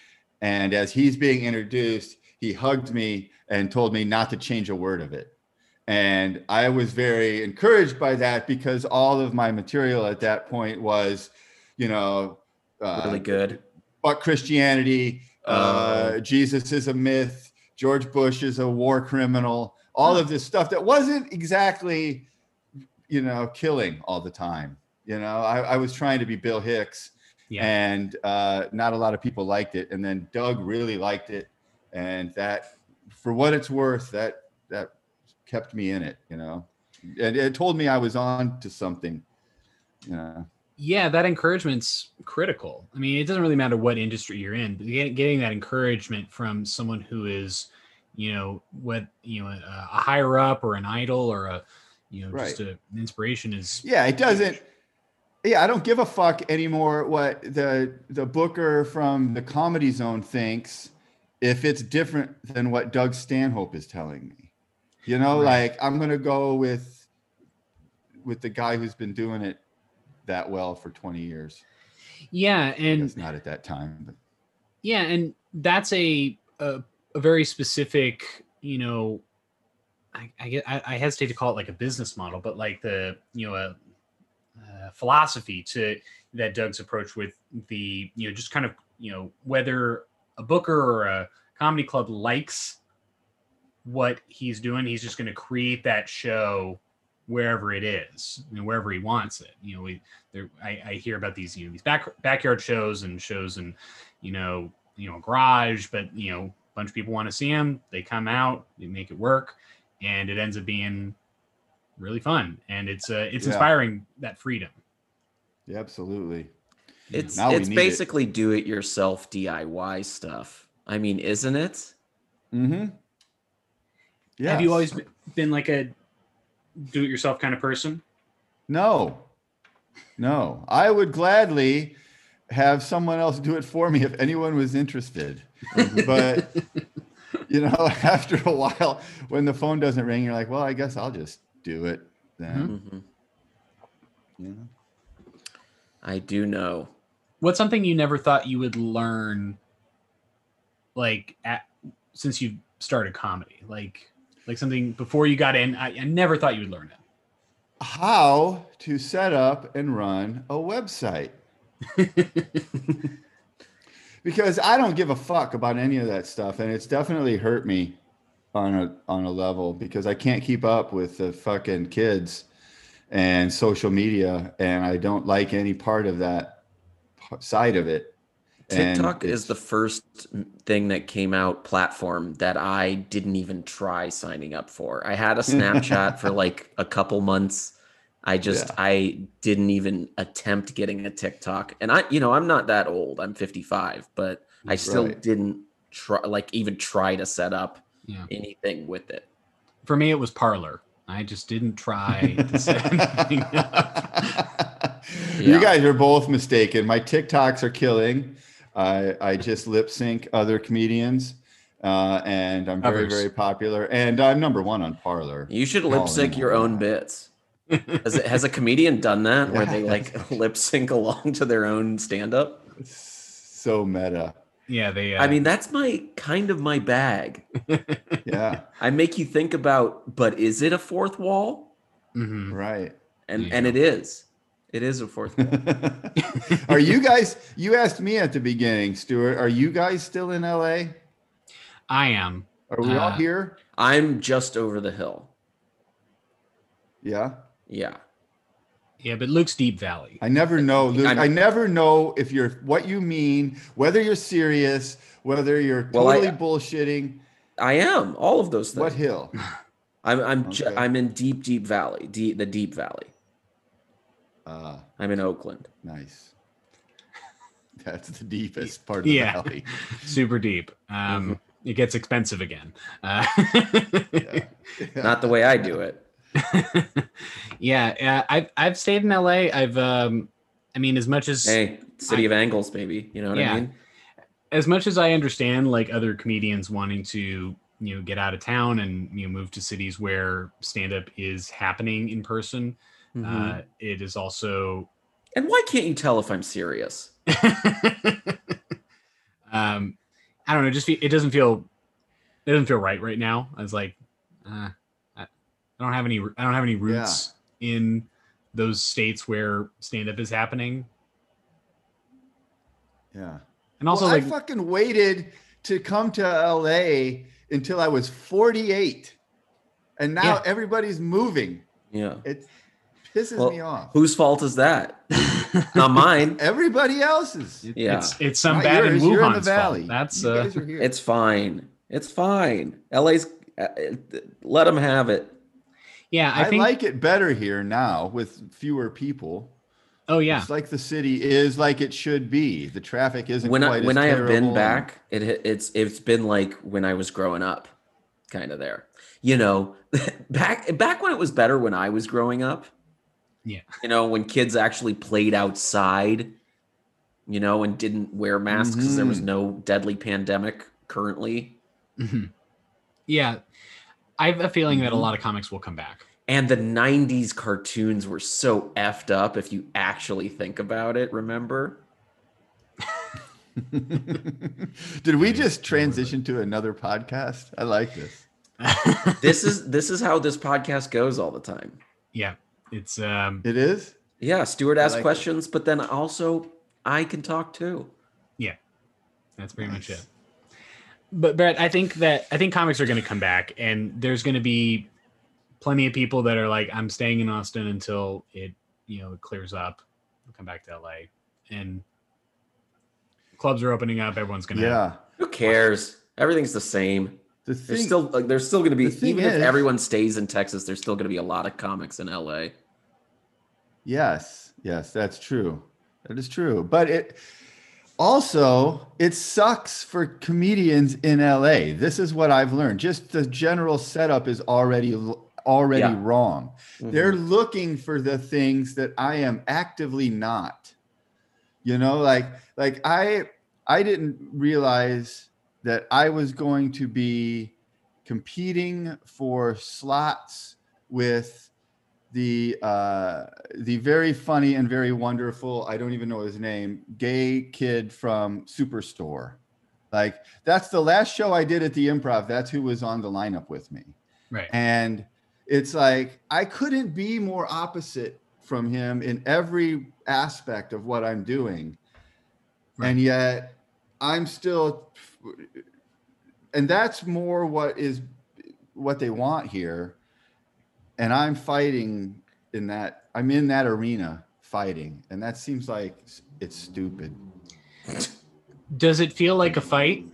Speaker 3: and as he's being introduced, he hugged me and told me not to change a word of it. And I was very encouraged by that because all of my material at that point was, you know, uh,
Speaker 2: really good.
Speaker 3: fuck Christianity, uh, Jesus is a myth, George Bush is a war criminal, all of this stuff that wasn't exactly, you know, killing all the time. You know, I, I was trying to be Bill Hicks,
Speaker 1: Yeah.
Speaker 3: and uh, not a lot of people liked it. And then Doug really liked it, and that, for what it's worth, that that kept me in it. You know, and it told me I was on to something. You know,
Speaker 1: yeah, that encouragement's critical. I mean, it doesn't really matter what industry you're in, but get- getting that encouragement from someone who is, you know, what you know, a, a higher up or an idol or a, you know, just
Speaker 3: Right.
Speaker 1: a, an inspiration is
Speaker 3: Yeah, it doesn't. Yeah, I don't give a fuck anymore what the the booker from the Comedy Zone thinks if it's different than what Doug Stanhope is telling me. You know,
Speaker 1: Right.
Speaker 3: like I'm gonna go with with the guy who's been doing it that well for 20 years.
Speaker 1: yeah, and
Speaker 3: It's not at that time, but
Speaker 1: Yeah, and that's a a, a very specific, you know, I, I get- I I hesitate to call it like a business model, but like the you know a, a philosophy to that Doug's approach with the you know just kind of you know whether a booker or a comedy club likes what he's doing, he's just going to create that show wherever it is and wherever he wants it. You know, we there I, I hear about these you know these back backyard shows and shows and you know, you know, a garage, but you know, a bunch of people want to see him. They come out, they make it work, and it ends up being really fun. And it's uh, it's
Speaker 3: Yeah.
Speaker 1: inspiring that freedom.
Speaker 3: yeah, absolutely.
Speaker 2: It's
Speaker 3: Now we
Speaker 2: it's
Speaker 3: need it.
Speaker 2: basically do it yourself DIY stuff. I mean, isn't it?
Speaker 3: Mm-hmm. Yeah.
Speaker 1: Have you always be- been like a do-it-yourself kind of person?
Speaker 3: No, no. I would gladly have someone else do it for me if anyone was interested. but you know, after a while, when the phone doesn't ring, you're like, "Well, I guess I'll just do it then."
Speaker 2: hmm
Speaker 3: You know?
Speaker 2: I do know.
Speaker 1: What's something you never thought you would learn, like at, since you started comedy, like like something before you got in? I, I never thought you would learn it.
Speaker 3: How to set up and run a website? because I don't give a fuck about any of that stuff, and it's definitely hurt me on a on a level because I can't keep up with the fucking kids and social media, and I don't like any part of that p- side of it. And
Speaker 2: TikTok
Speaker 3: it's-
Speaker 2: is the first thing that came out platform that I didn't even try signing up for. I had a Snapchat for like a couple months. I just
Speaker 3: Yeah.
Speaker 2: I didn't even attempt getting a TikTok. And I you know, I'm not that old. I'm 55, but I still
Speaker 3: Right.
Speaker 2: didn't try like even try to set up
Speaker 1: Yeah.
Speaker 2: anything with it.
Speaker 1: For me, it was parlor. I just didn't try to set anything up.
Speaker 3: You
Speaker 2: Yeah.
Speaker 3: guys are both mistaken. My TikToks are killing. I I just lip sync other comedians, uh, and I'm very
Speaker 1: Others.
Speaker 3: very popular. And I'm number one on Parlor.
Speaker 2: You should
Speaker 3: Calling
Speaker 2: lip sync
Speaker 3: it
Speaker 2: your own
Speaker 3: out.
Speaker 2: bits. Has, has a comedian done that where they
Speaker 3: Yeah.
Speaker 2: like lip sync along to their own stand up?
Speaker 3: So meta.
Speaker 1: Yeah, they. Uh,
Speaker 2: I mean, that's my kind of my bag.
Speaker 3: Yeah,
Speaker 2: I make you think about, but is it a fourth wall?
Speaker 1: mhm.
Speaker 3: right.
Speaker 2: And
Speaker 1: Yeah.
Speaker 2: and it is. It is a fourth wall.
Speaker 3: are you guys? You asked me at the beginning, Stuart. Are you guys still in LA?
Speaker 1: I am.
Speaker 3: Are we all
Speaker 1: Uh,
Speaker 3: here?
Speaker 2: I'm just over the hill.
Speaker 3: Yeah.
Speaker 2: Yeah.
Speaker 1: Yeah, but Luke's Deep Valley.
Speaker 3: I never know, Luke.
Speaker 2: I'm-
Speaker 3: I never know if you're what you mean, whether you're serious, whether you're
Speaker 2: Well, I-
Speaker 3: totally bullshitting.
Speaker 2: I am all of those
Speaker 3: What
Speaker 2: things.
Speaker 3: hill?
Speaker 2: I'm I'm ju-
Speaker 3: Okay.
Speaker 2: I'm in deep deep valley, deep the deep valley.
Speaker 3: Ah,
Speaker 2: I'm in Oakland.
Speaker 3: nice. That's the deepest part of
Speaker 1: Yeah.
Speaker 3: the valley.
Speaker 1: Super deep. Um, It gets expensive again. Uh,
Speaker 3: Yeah.
Speaker 2: Not the way I do it.
Speaker 1: yeah, yeah. I've I've stayed in LA. I've um, I mean, as much as
Speaker 2: Hey, city of angles, baby. You know what
Speaker 1: Yeah.
Speaker 2: I mean?
Speaker 1: as much as I understand, like other comedians wanting to you know get out of town and you know move to cities where stand up is happening in person,
Speaker 2: Mhm.
Speaker 1: uh, it is also
Speaker 2: and why can't you tell if I'm serious?
Speaker 1: um, I don't know. Just fe- it doesn't feel it doesn't feel right right now. I was like, uh, I, I I don't have any. I don't have any roots in those states where stand up is happening.
Speaker 3: Yeah.
Speaker 1: And also,
Speaker 3: Well,
Speaker 1: like,
Speaker 3: I fucking waited to come to LA until I was 48. And now
Speaker 1: Yeah.
Speaker 3: everybody's moving.
Speaker 2: Yeah.
Speaker 3: It pisses
Speaker 2: Well,
Speaker 3: me off.
Speaker 2: Whose fault is that? Not mine.
Speaker 3: Everybody else's.
Speaker 2: Yeah.
Speaker 1: it's it's some
Speaker 3: Not
Speaker 1: bad
Speaker 3: yours.
Speaker 1: in Wuhan's
Speaker 3: You're in the
Speaker 1: fault.
Speaker 3: valley.
Speaker 1: That's
Speaker 3: You
Speaker 1: uh,
Speaker 3: guys are here.
Speaker 2: It's fine. It's fine. LA's uh, uh, let them have it.
Speaker 1: yeah. I,
Speaker 3: I,
Speaker 1: think.
Speaker 3: like it better here now with fewer people.
Speaker 1: oh yeah.
Speaker 3: It's like the city is like it should be. The traffic isn't
Speaker 2: when I
Speaker 3: quite
Speaker 2: when
Speaker 3: as
Speaker 2: I have been
Speaker 3: terrible. um,
Speaker 2: back, it ha- it's it's been like when I was growing up, kind of there. You know, back back when it was better when I was growing up.
Speaker 1: Yeah.
Speaker 2: You know, when kids actually played outside, you know, and didn't wear masks because there was
Speaker 3: Mhm.
Speaker 2: no deadly pandemic currently.
Speaker 1: Mhm. Yeah, I have a feeling that a
Speaker 2: Mhm.
Speaker 3: Mm-hmm.
Speaker 1: lot of comics will come back.
Speaker 2: And the 90s cartoons were so effed up if you actually think about it, remember?
Speaker 3: Did we just transition to another podcast? I like this.
Speaker 2: This is this is how this podcast goes all the time.
Speaker 1: yeah, it's um,
Speaker 3: It is?
Speaker 2: Yeah, Stuart
Speaker 3: I
Speaker 2: asks
Speaker 3: like it.
Speaker 2: questions, but then also I can talk too.
Speaker 1: that's pretty much
Speaker 3: Nice.
Speaker 1: it. But Brett, I think that I think comics are going to come back, and there's going to be plenty of people that are like, "I'm staying in Austin until it, you know, it clears up. I'll come back to LA." And clubs are opening up. Everyone's going to
Speaker 3: Yeah.
Speaker 2: Who cares? Everything's the same.
Speaker 3: The
Speaker 2: There's
Speaker 3: thing,
Speaker 2: still like there's still gonna be
Speaker 3: the thing
Speaker 2: even if
Speaker 3: is-
Speaker 2: everyone stays in Texas, there's still gonna be a lot of comics in LA.
Speaker 3: Yes, yes, that's true. That is true. But it also it sucks for comedians in LA. This is what I've learned. Just the general setup is already already
Speaker 2: Yeah.
Speaker 3: wrong. They're
Speaker 2: Mhm.
Speaker 3: looking for the things that I am actively not. You know, like like I I didn't realize that I was going to be competing for slots with the uh, the very funny and very wonderful I don't even know his name gay kid from Superstore. Like that's the last show I did at the Improv. That's who was on the lineup with me.
Speaker 1: Right.
Speaker 3: And it's like I couldn't be more opposite from him in every aspect of what I'm doing.
Speaker 1: Right.
Speaker 3: And yet I'm still and that's more what is what they want here. And I'm fighting in that I'm in that arena fighting and that seems like it's stupid.
Speaker 1: Does it feel like a fight?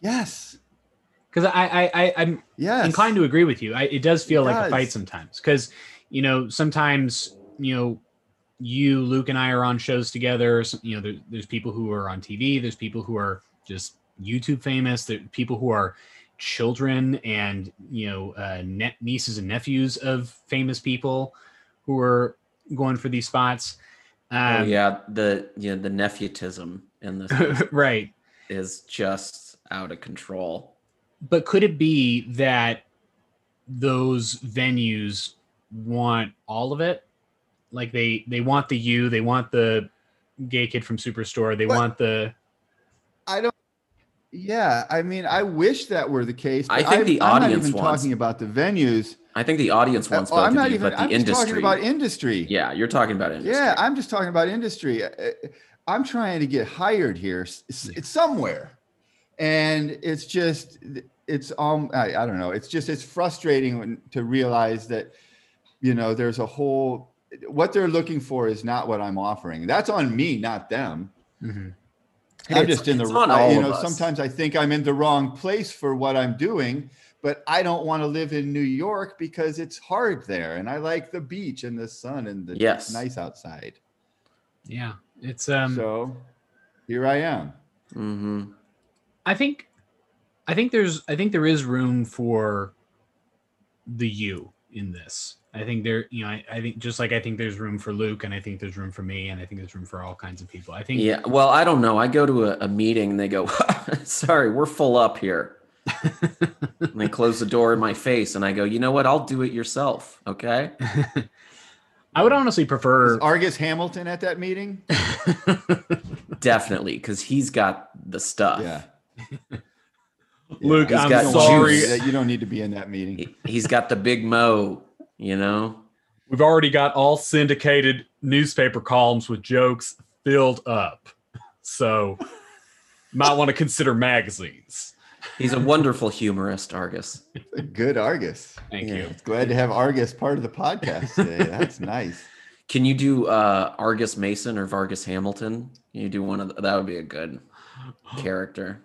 Speaker 3: Yes.
Speaker 1: Because I, I, I, I'm
Speaker 3: Yes.
Speaker 1: inclined to agree with you. I, it does feel
Speaker 3: It
Speaker 1: like a
Speaker 3: does.
Speaker 1: fight sometimes because, you know, sometimes, you know, you, Luke, and I are on shows together. s- You know, there, there's people who are on TV, there's people who are just YouTube famous, there people who are children and, you know, uh, net nieces and nephews of famous people who are going for these spots. Um,
Speaker 2: oh, yeah, the you know, the nepheutism in this
Speaker 1: right.
Speaker 2: is just out of control.
Speaker 1: but could it be that those venues want all of it like they they want the you they want the gay kid from superstore they
Speaker 3: But-
Speaker 1: want the
Speaker 3: I don't. Yeah, I mean, I wish that were the case.
Speaker 2: I
Speaker 3: but
Speaker 2: think the
Speaker 3: I'm
Speaker 2: audience
Speaker 3: not even
Speaker 2: wants-
Speaker 3: talking about the venues.
Speaker 2: I think the audience wants
Speaker 3: Oh,
Speaker 2: both
Speaker 3: I'm
Speaker 2: of
Speaker 3: not
Speaker 2: you,
Speaker 3: even.
Speaker 2: but the
Speaker 3: I'm just
Speaker 2: industry.
Speaker 3: talking about industry.
Speaker 2: yeah, you're talking about industry.
Speaker 3: Yeah, I'm just talking about industry. Uh, I'm trying to get hired here. s- s- It's somewhere, and it's just it's um I, I don't know. It's just it's frustrating when, to realize that you know there's a whole what they're looking for is not what I'm offering. That's on me, not them.
Speaker 2: Hey,
Speaker 3: I'm
Speaker 2: it's-
Speaker 3: just in the
Speaker 2: it's on
Speaker 3: I- you
Speaker 2: all
Speaker 3: know
Speaker 2: of us.
Speaker 3: sometimes I think I'm in the wrong place for what I'm doing, but I don't want to live in New York because it's hard there and I like the beach and the sun and the
Speaker 2: Yes.
Speaker 3: nice outside.
Speaker 1: yeah it's um
Speaker 3: so here I am.
Speaker 2: hmm
Speaker 1: i think i think there's i think there is room for the you in this i think there you know I, I think just like i think there's room for luke and i think there's room for me and i think there's room for all kinds of people i think
Speaker 2: Yeah. Well, I don't know. I go to a, a meeting and they go, sorry, we're full up here. and they close the door in my face and I go, you know what? I'll do it yourself. Okay.
Speaker 1: i would honestly prefer
Speaker 2: er
Speaker 3: Was Argus Hamilton at that meeting?
Speaker 2: Definitely. Cause he's got the stuff.
Speaker 3: Yeah.
Speaker 4: Luke,
Speaker 2: He's
Speaker 4: I'm
Speaker 2: got
Speaker 4: sorry.
Speaker 2: juice.
Speaker 3: You don't need to be in that meeting.
Speaker 2: He, he's got the big mo, you know?
Speaker 4: We've already got all syndicated newspaper columns with jokes filled up. So might want to consider magazines.
Speaker 2: He's a wonderful humorist, Argus.
Speaker 3: Good Argus.
Speaker 4: Thank
Speaker 2: Yeah.
Speaker 4: you.
Speaker 3: It's glad to have Argus part of the podcast today. That's nice.
Speaker 2: Can you do uh, Argus Mason or Vargas Hamilton? Can you do one of th- that would be a good character.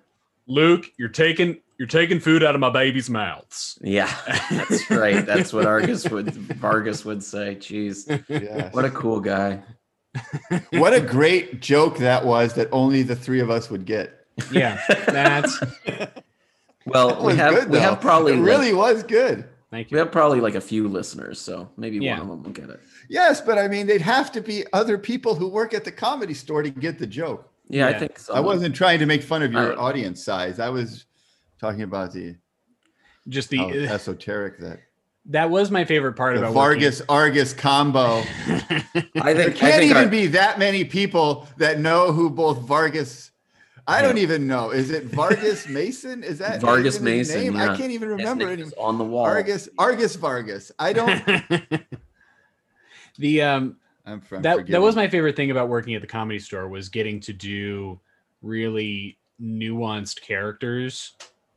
Speaker 4: Luke, you're taking you're taking food out of my baby's mouths.
Speaker 2: Yeah, that's right. That's what Argus would Vargas would say. Jeez,
Speaker 3: Yes.
Speaker 2: what a cool guy.
Speaker 3: what a great joke that was that only the three of us would get.
Speaker 1: Yeah, that's
Speaker 2: Well,
Speaker 3: That
Speaker 2: we
Speaker 3: was
Speaker 2: have
Speaker 3: good,
Speaker 2: we
Speaker 3: though.
Speaker 2: have probably
Speaker 3: It
Speaker 2: like-
Speaker 3: really was good.
Speaker 1: thank
Speaker 2: we
Speaker 1: you.
Speaker 2: have probably like a few listeners, so maybe
Speaker 1: Yeah.
Speaker 2: one of them will get it.
Speaker 3: Yes, but I mean, they'd have to be other people who work at the comedy store to get the joke.
Speaker 2: Yeah, I
Speaker 1: Yeah.
Speaker 2: think so.
Speaker 3: I wasn't trying to make fun of your
Speaker 2: I-
Speaker 3: audience size. I was talking about the,
Speaker 1: Just
Speaker 3: how
Speaker 1: the
Speaker 3: esoteric that
Speaker 1: that was my favorite part
Speaker 3: Oh, the
Speaker 1: about
Speaker 3: Vargas Argus combo.
Speaker 1: working-
Speaker 2: I
Speaker 3: There
Speaker 2: think I
Speaker 3: can't
Speaker 2: think
Speaker 3: even
Speaker 2: our-
Speaker 3: be that many people that know who both Vargas. I don't even know. Is it Vargas Mason? Is that
Speaker 2: Vargas
Speaker 3: even his
Speaker 2: Mason,
Speaker 3: name?
Speaker 2: yeah.
Speaker 3: I can't even
Speaker 2: his
Speaker 3: remember
Speaker 2: name
Speaker 3: any
Speaker 2: is on the wall.
Speaker 3: Argus Argus Vargas. I don't.
Speaker 1: the um
Speaker 3: I'm from
Speaker 1: that that was my favorite thing about working at the comedy store was getting to do really nuanced characters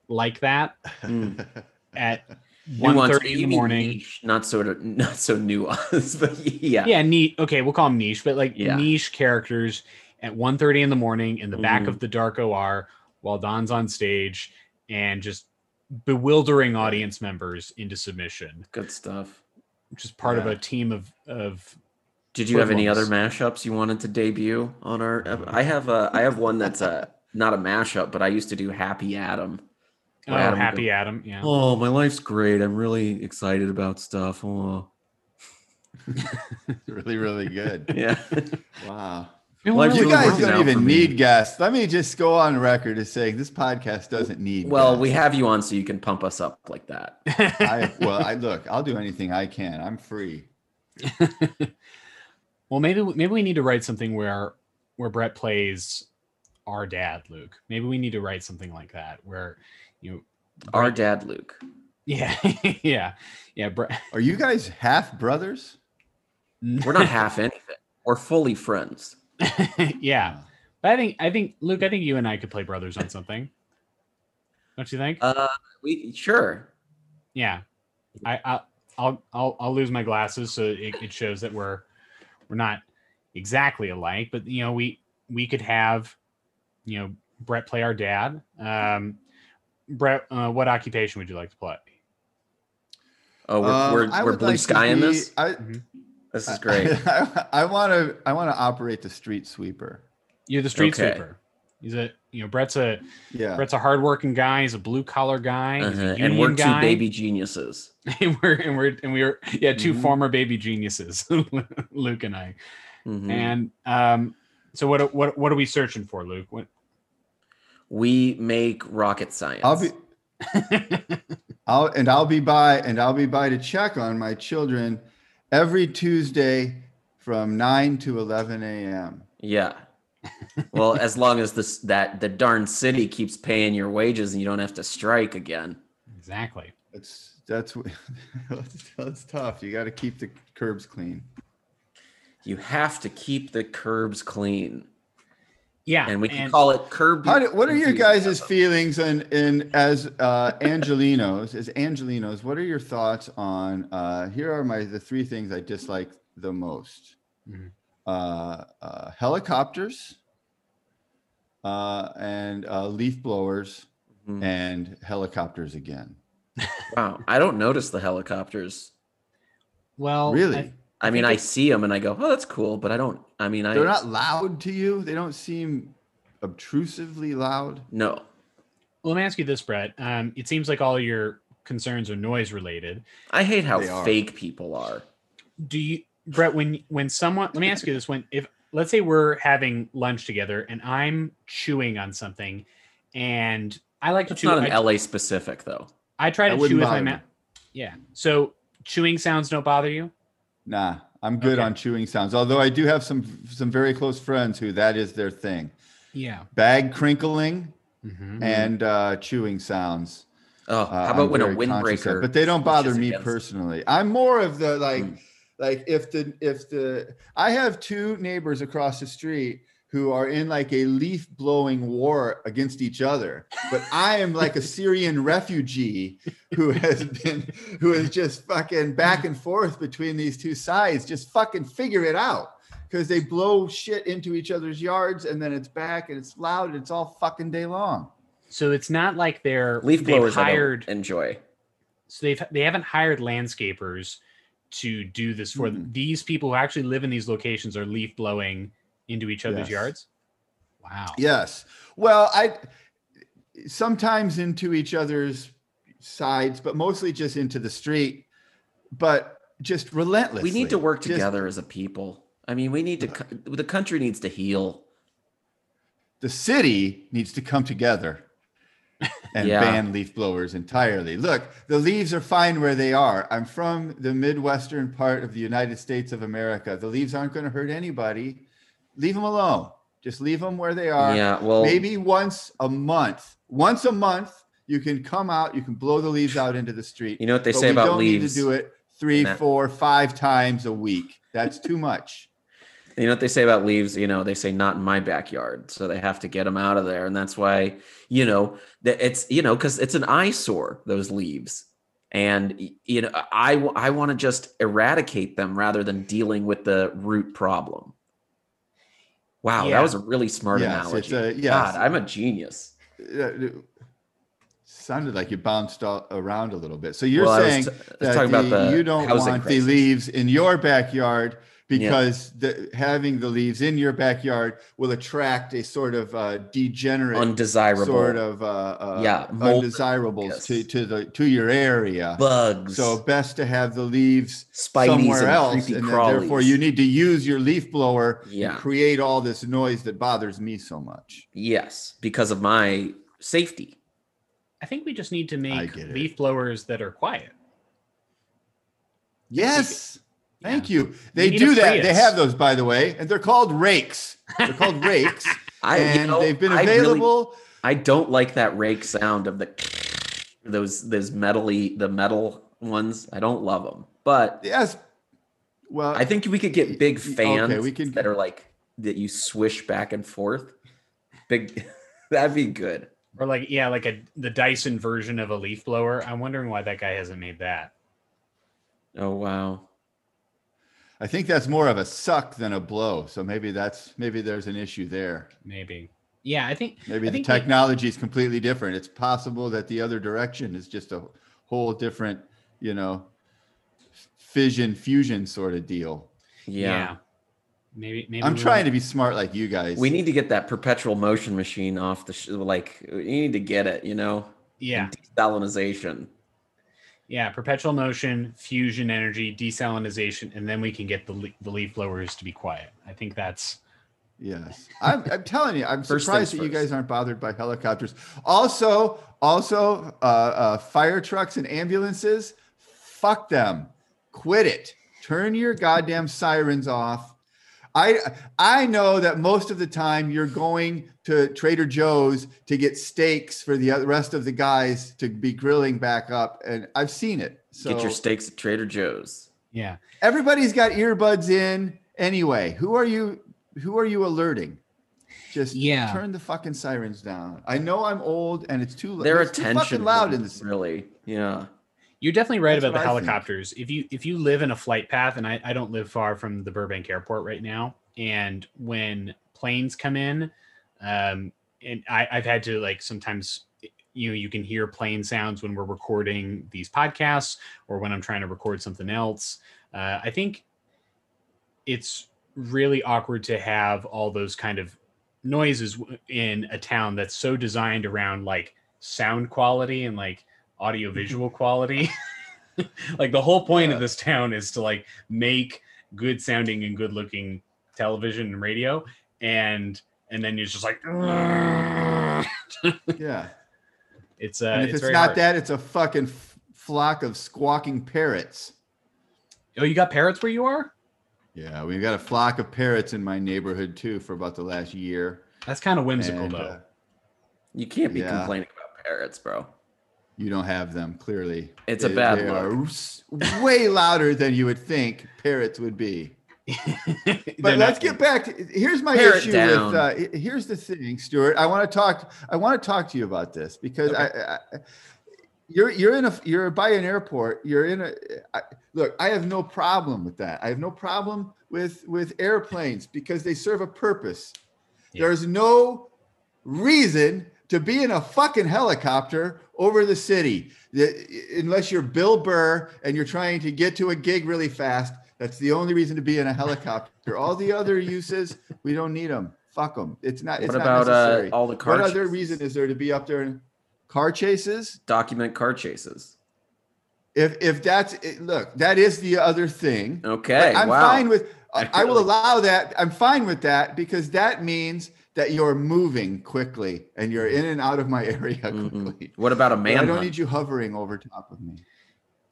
Speaker 1: like that
Speaker 2: Mm.
Speaker 1: at
Speaker 2: Nuanced,
Speaker 1: 1.30 in the
Speaker 2: you mean
Speaker 1: morning
Speaker 2: niche, not sort of not so nuanced, but yeah,
Speaker 1: yeah neat okay we'll call them niche but like
Speaker 2: Yeah.
Speaker 1: niche characters at 1.30 in the morning in the back
Speaker 2: Mm.
Speaker 1: of the dark or while don's on stage and just bewildering audience members into submission
Speaker 2: good stuff.
Speaker 1: which is part of
Speaker 3: Yeah.
Speaker 1: a team of of
Speaker 2: Did you have any other
Speaker 1: equivalents.
Speaker 2: mashups you wanted to debut on our? I have a I have one that's a not a mashup, but I used to do Happy Adam.
Speaker 1: oh,
Speaker 2: Where Adam would
Speaker 1: happy
Speaker 2: go,
Speaker 1: adam yeah
Speaker 2: Oh, my life's great. I'm really excited about stuff. Oh,
Speaker 3: really really good.
Speaker 2: yeah.
Speaker 3: Wow.
Speaker 2: Life's
Speaker 3: You
Speaker 2: really
Speaker 3: guys
Speaker 2: working out
Speaker 3: don't
Speaker 2: for
Speaker 3: even
Speaker 2: me.
Speaker 3: need guests. Let me just go on record as saying this podcast doesn't need.
Speaker 2: Well,
Speaker 3: guests.
Speaker 2: we have you on, so you can pump us up like that.
Speaker 3: I, well, I look. I'll do anything I can. I'm free.
Speaker 1: well maybe we- maybe we need to write something where where brett plays our dad luke maybe we need to write something like that where you
Speaker 2: Our dad, Luke.
Speaker 1: yeah yeah yeah brett
Speaker 3: Are you guys half brothers?
Speaker 2: We're not half anything. We're fully friends.
Speaker 1: yeah But I think I think Luke, I think you and I could play brothers on something. Don't you think?
Speaker 2: Uh, we sure.
Speaker 1: yeah. I, I I'll I'll I'll lose my glasses so it, it shows that we're we're not exactly alike, but you know, we we could have you know Brett play our dad. Um Brett, uh, what occupation would you like to play?
Speaker 2: Oh, we're
Speaker 3: Um, I
Speaker 2: we're, we're
Speaker 3: would
Speaker 2: blue
Speaker 3: like to
Speaker 2: sky in
Speaker 3: be-
Speaker 2: this.
Speaker 3: I,
Speaker 2: This is great. Uh-huh.
Speaker 3: I, want to. I want to operate the street sweeper.
Speaker 1: You're the street
Speaker 2: Okay.
Speaker 1: sweeper. He's a you know Brett's a
Speaker 3: Yeah.
Speaker 1: Brett's a hardworking guy. He's a blue collar guy. he's a
Speaker 2: Uh-huh. And we're
Speaker 1: union guy.
Speaker 2: two baby geniuses.
Speaker 1: and we're and we're and we are yeah 2
Speaker 2: Mhm.
Speaker 1: former baby geniuses luke and i
Speaker 2: Mhm.
Speaker 1: and um so what what what are we searching for luke what
Speaker 2: We make rocket science.
Speaker 3: I'll be. I'll and I'll be by and I'll be by to check on my children every Tuesday from nine to eleven a.m.
Speaker 2: yeah. Well, as long as this that the darn city keeps paying your wages and you don't have to strike again.
Speaker 1: exactly
Speaker 3: That's that's wh- that's, that's tough. You got to keep the curbs clean.
Speaker 2: You have to keep the curbs clean.
Speaker 1: yeah
Speaker 2: And we can call it curb.
Speaker 3: How do, what are your guys'
Speaker 2: enthusiasm.
Speaker 3: feelings and in, as uh, Angelinos, as Angelinos, what are your thoughts on? Uh, here are my the three things I dislike the most:
Speaker 1: Mhm.
Speaker 3: uh, uh, helicopters, uh, and uh, leaf blowers,
Speaker 2: Mhm.
Speaker 3: and helicopters again.
Speaker 2: Wow. I don't notice the helicopters.
Speaker 1: well
Speaker 3: really,
Speaker 1: I,
Speaker 2: I mean, I see them and I go, oh, that's cool. But I don't, I mean, I,
Speaker 3: they're not loud to you. They don't seem obtrusively loud.
Speaker 2: no,
Speaker 1: well, let me ask you this brett um it seems like all your concerns are noise related
Speaker 2: I hate how
Speaker 3: They are.
Speaker 2: fake people are.
Speaker 1: do you brett when when someone let me ask you this when if let's say we're having lunch together and i'm chewing on something and i like to
Speaker 2: It's
Speaker 1: chew
Speaker 2: not an
Speaker 1: I,
Speaker 2: LA specific though.
Speaker 1: I try to
Speaker 3: That
Speaker 1: chew
Speaker 3: wouldn't
Speaker 1: with my
Speaker 3: bother me.
Speaker 1: mouth yeah so chewing sounds don't bother you
Speaker 3: Nah, I'm good
Speaker 1: Okay.
Speaker 3: on chewing sounds. Although I do have some some very close friends who that is their thing.
Speaker 1: yeah
Speaker 3: Bag crinkling
Speaker 1: Mhm.
Speaker 3: and uh, chewing sounds.
Speaker 2: Oh,
Speaker 3: Uh,
Speaker 2: how
Speaker 3: I'm
Speaker 2: about when a
Speaker 3: very conscious
Speaker 2: windbreaker?
Speaker 3: of- But they don't bother
Speaker 2: pushes
Speaker 3: me
Speaker 2: against-
Speaker 3: personally. I'm more of the like,
Speaker 2: Mm.
Speaker 3: like if the if the I have two neighbors across the street who are in like a leaf blowing war against each other, but I am like a Syrian refugee who has been who is just fucking back and forth between these two sides. Just fucking figure it out. Because they blow shit into each other's yards and then it's back and it's loud and it's all fucking day long.
Speaker 1: So it's not like they're
Speaker 2: Leaf
Speaker 1: they've
Speaker 2: blowers.
Speaker 1: hired
Speaker 2: I don't enjoy.
Speaker 1: so they've they haven't hired landscapers to do this for them.
Speaker 3: Mhm.
Speaker 1: These people who actually live in these locations are leaf blowing into each other's
Speaker 3: Yes.
Speaker 1: yards. Wow.
Speaker 3: Yes. Well, I sometimes into each other's sides, but mostly just into the street, but just relentless.
Speaker 2: We need to work
Speaker 3: Just-
Speaker 2: together as a people. I mean, we need to. co- The country needs to heal.
Speaker 3: The city needs to come together and
Speaker 2: Yeah.
Speaker 3: ban leaf blowers entirely. Look, the leaves are fine where they are. I'm from the Midwestern part of the United States of America. The leaves aren't going to hurt anybody. Leave them alone. Just leave them where they are.
Speaker 2: Yeah. Well,
Speaker 3: Uh, maybe once a month. Once a month, you can come out, you can blow the leaves out into the street.
Speaker 2: you know what they
Speaker 3: But
Speaker 2: say
Speaker 3: we
Speaker 2: about
Speaker 3: don't
Speaker 2: leaves.
Speaker 3: need to do it three,
Speaker 2: in that-
Speaker 3: four, five times a week. That's too much.
Speaker 2: You know what they say about leaves? You know, they say not in my backyard. So they have to get them out of there. And that's why, you know, that it's, you know, because it's an eyesore, those leaves. And, y- you know, I, I want to just eradicate them rather than dealing with the root problem. Wow.
Speaker 1: Yeah.
Speaker 2: That was a really smart
Speaker 3: yes, it's
Speaker 2: analogy.
Speaker 3: a
Speaker 2: God,
Speaker 3: yes.
Speaker 2: I'm a genius.
Speaker 3: uh, sounded like you bounced all around a little bit. So you're
Speaker 2: Well, I was
Speaker 3: saying
Speaker 2: t- I was
Speaker 3: that
Speaker 2: talking about
Speaker 3: the-
Speaker 2: the
Speaker 3: you don't
Speaker 2: housing
Speaker 3: want
Speaker 2: crisis.
Speaker 3: the leaves in your backyard because the, having the leaves in your backyard will attract a sort of uh, degenerate
Speaker 2: Undesirable
Speaker 3: sort of uh, uh,
Speaker 2: Yeah, mold-
Speaker 3: undesirables
Speaker 2: yes.
Speaker 3: to, to the to your area.
Speaker 2: bugs.
Speaker 3: so best to have the leaves
Speaker 2: Spideys
Speaker 3: somewhere
Speaker 2: and
Speaker 3: else,
Speaker 2: creepy
Speaker 3: and then
Speaker 2: crawlies.
Speaker 3: therefore you need to use your leaf blower
Speaker 2: Yeah.
Speaker 3: and create all this noise that bothers me so much.
Speaker 2: yes, because of my safety.
Speaker 1: I think we just need to make
Speaker 3: get it.
Speaker 1: leaf blowers that are quiet.
Speaker 3: Yes,
Speaker 1: Yeah.
Speaker 3: thank you. They
Speaker 1: need a
Speaker 3: do that. They
Speaker 1: Prius.
Speaker 3: have those, by the way, and they're called rakes. They're called rakes,
Speaker 2: I, you
Speaker 3: and
Speaker 2: know,
Speaker 3: they've been
Speaker 2: I really-
Speaker 3: available.
Speaker 2: I don't like that rake sound of the those those metally the metal ones. I don't love them, but
Speaker 3: Yes. Well,
Speaker 2: I think we could get big
Speaker 3: Okay,
Speaker 2: fans
Speaker 3: we can-
Speaker 2: that are like that you swish back and forth. Big, that'd be good.
Speaker 1: Or like yeah, like a the Dyson version of a leaf blower. I'm wondering why that guy hasn't made that.
Speaker 2: Oh wow,
Speaker 3: I think that's more of a suck than a blow. So maybe that's maybe there's an issue there.
Speaker 1: Maybe. Yeah, I think
Speaker 3: Maybe
Speaker 1: I
Speaker 3: the
Speaker 1: think we-
Speaker 3: technology is completely different. It's possible that the other direction is just a whole different, you know, fission fusion sort of deal.
Speaker 2: yeah.
Speaker 1: Maybe maybe
Speaker 3: I'm
Speaker 1: we
Speaker 3: trying
Speaker 1: won't-
Speaker 3: to be smart like you guys.
Speaker 2: We need to get that perpetual motion machine off the sh- like. You need to get it, you know.
Speaker 1: Yeah.
Speaker 2: Desalinization.
Speaker 1: Yeah, perpetual motion, fusion energy, desalinization, and then we can get the le- the leaf blowers to be quiet. I think that's
Speaker 3: Yes, I'm, I'm telling you, I'm
Speaker 2: First
Speaker 3: surprised that
Speaker 2: things
Speaker 3: you
Speaker 2: first.
Speaker 3: guys aren't bothered by helicopters. Also, also, uh, uh, fire trucks and ambulances, fuck them, quit it. Turn your goddamn sirens off. I I know that most of the time you're going to Trader Joe's to get steaks for the oth- rest of the guys to be grilling back up, and I've seen it. So
Speaker 2: Get your steaks at Trader Joe's.
Speaker 1: yeah.
Speaker 3: everybody's got earbuds in anyway who are you who are you alerting just
Speaker 1: Yeah.
Speaker 3: turn the fucking sirens down i know i'm old and it's too
Speaker 2: They're
Speaker 3: it's too
Speaker 2: attention
Speaker 3: fucking loud in
Speaker 2: whores,
Speaker 3: this
Speaker 2: really. Yeah.
Speaker 1: You're definitely right
Speaker 3: That's
Speaker 1: about the
Speaker 3: what I think.
Speaker 1: helicopters. If you if you live in a flight path, and I, I don't live far from the Burbank Airport right now, and when planes come in, um, and I, I've had to like sometimes you know you can hear plane sounds when we're recording these podcasts or when I'm trying to record something else. Uh, I think it's really awkward to have all those kind of noises w- in a town that's so designed around like sound quality and like audio
Speaker 3: Mm-hmm.
Speaker 1: visual quality. like the whole point of this town is to like make good sounding and good looking television and radio and and then you're just like
Speaker 3: yeah
Speaker 1: it's uh
Speaker 3: and if
Speaker 1: it's,
Speaker 3: it's,
Speaker 1: very
Speaker 3: not
Speaker 1: hard.
Speaker 3: that it's a fucking f- flock of squawking parrots
Speaker 1: oh you got parrots where you are
Speaker 3: yeah we've got a flock of parrots in my neighborhood too for about the last year
Speaker 1: that's kind of whimsical
Speaker 3: And,
Speaker 1: though
Speaker 3: uh,
Speaker 2: You can't be
Speaker 3: Yeah.
Speaker 2: complaining about parrots, bro.
Speaker 3: You don't have them clearly.
Speaker 2: It's a
Speaker 3: They-
Speaker 2: bad
Speaker 3: they are s- way louder than you would think parrots would be. But let's get back. To, here's my
Speaker 2: Pare it
Speaker 3: issue
Speaker 2: down.
Speaker 3: with. Uh, he- here's the thing, Stuart. I want to talk. I want to talk to you about this because I, I, you're you're in a you're by an airport. You're in a I, look. I have no problem with that. I have no problem with with airplanes because they serve a purpose.
Speaker 5: Yeah.
Speaker 3: There's no reason to be in a fucking helicopter over the city The- unless you're Bill Burr and you're trying to get to a gig really fast. That's the only reason to be in a helicopter. All the other uses, we don't need them. Fuck them. It's not. It's
Speaker 2: What
Speaker 3: not
Speaker 2: about uh,
Speaker 3: necessary.
Speaker 2: all the car
Speaker 3: what other
Speaker 2: chases?
Speaker 3: reason is there to be up there in car chases?
Speaker 2: Document car chases.
Speaker 3: If if that's it, look, that is the other thing.
Speaker 2: Okay.
Speaker 3: But I'm
Speaker 2: wow.
Speaker 3: fine with. I, I will
Speaker 2: Really?
Speaker 3: allow that. I'm fine with that because that means that you're moving quickly and you're in and out of my area
Speaker 2: Mm-mm.
Speaker 3: quickly.
Speaker 2: What about a
Speaker 3: But I
Speaker 2: man?
Speaker 3: don't need you hovering over top of me.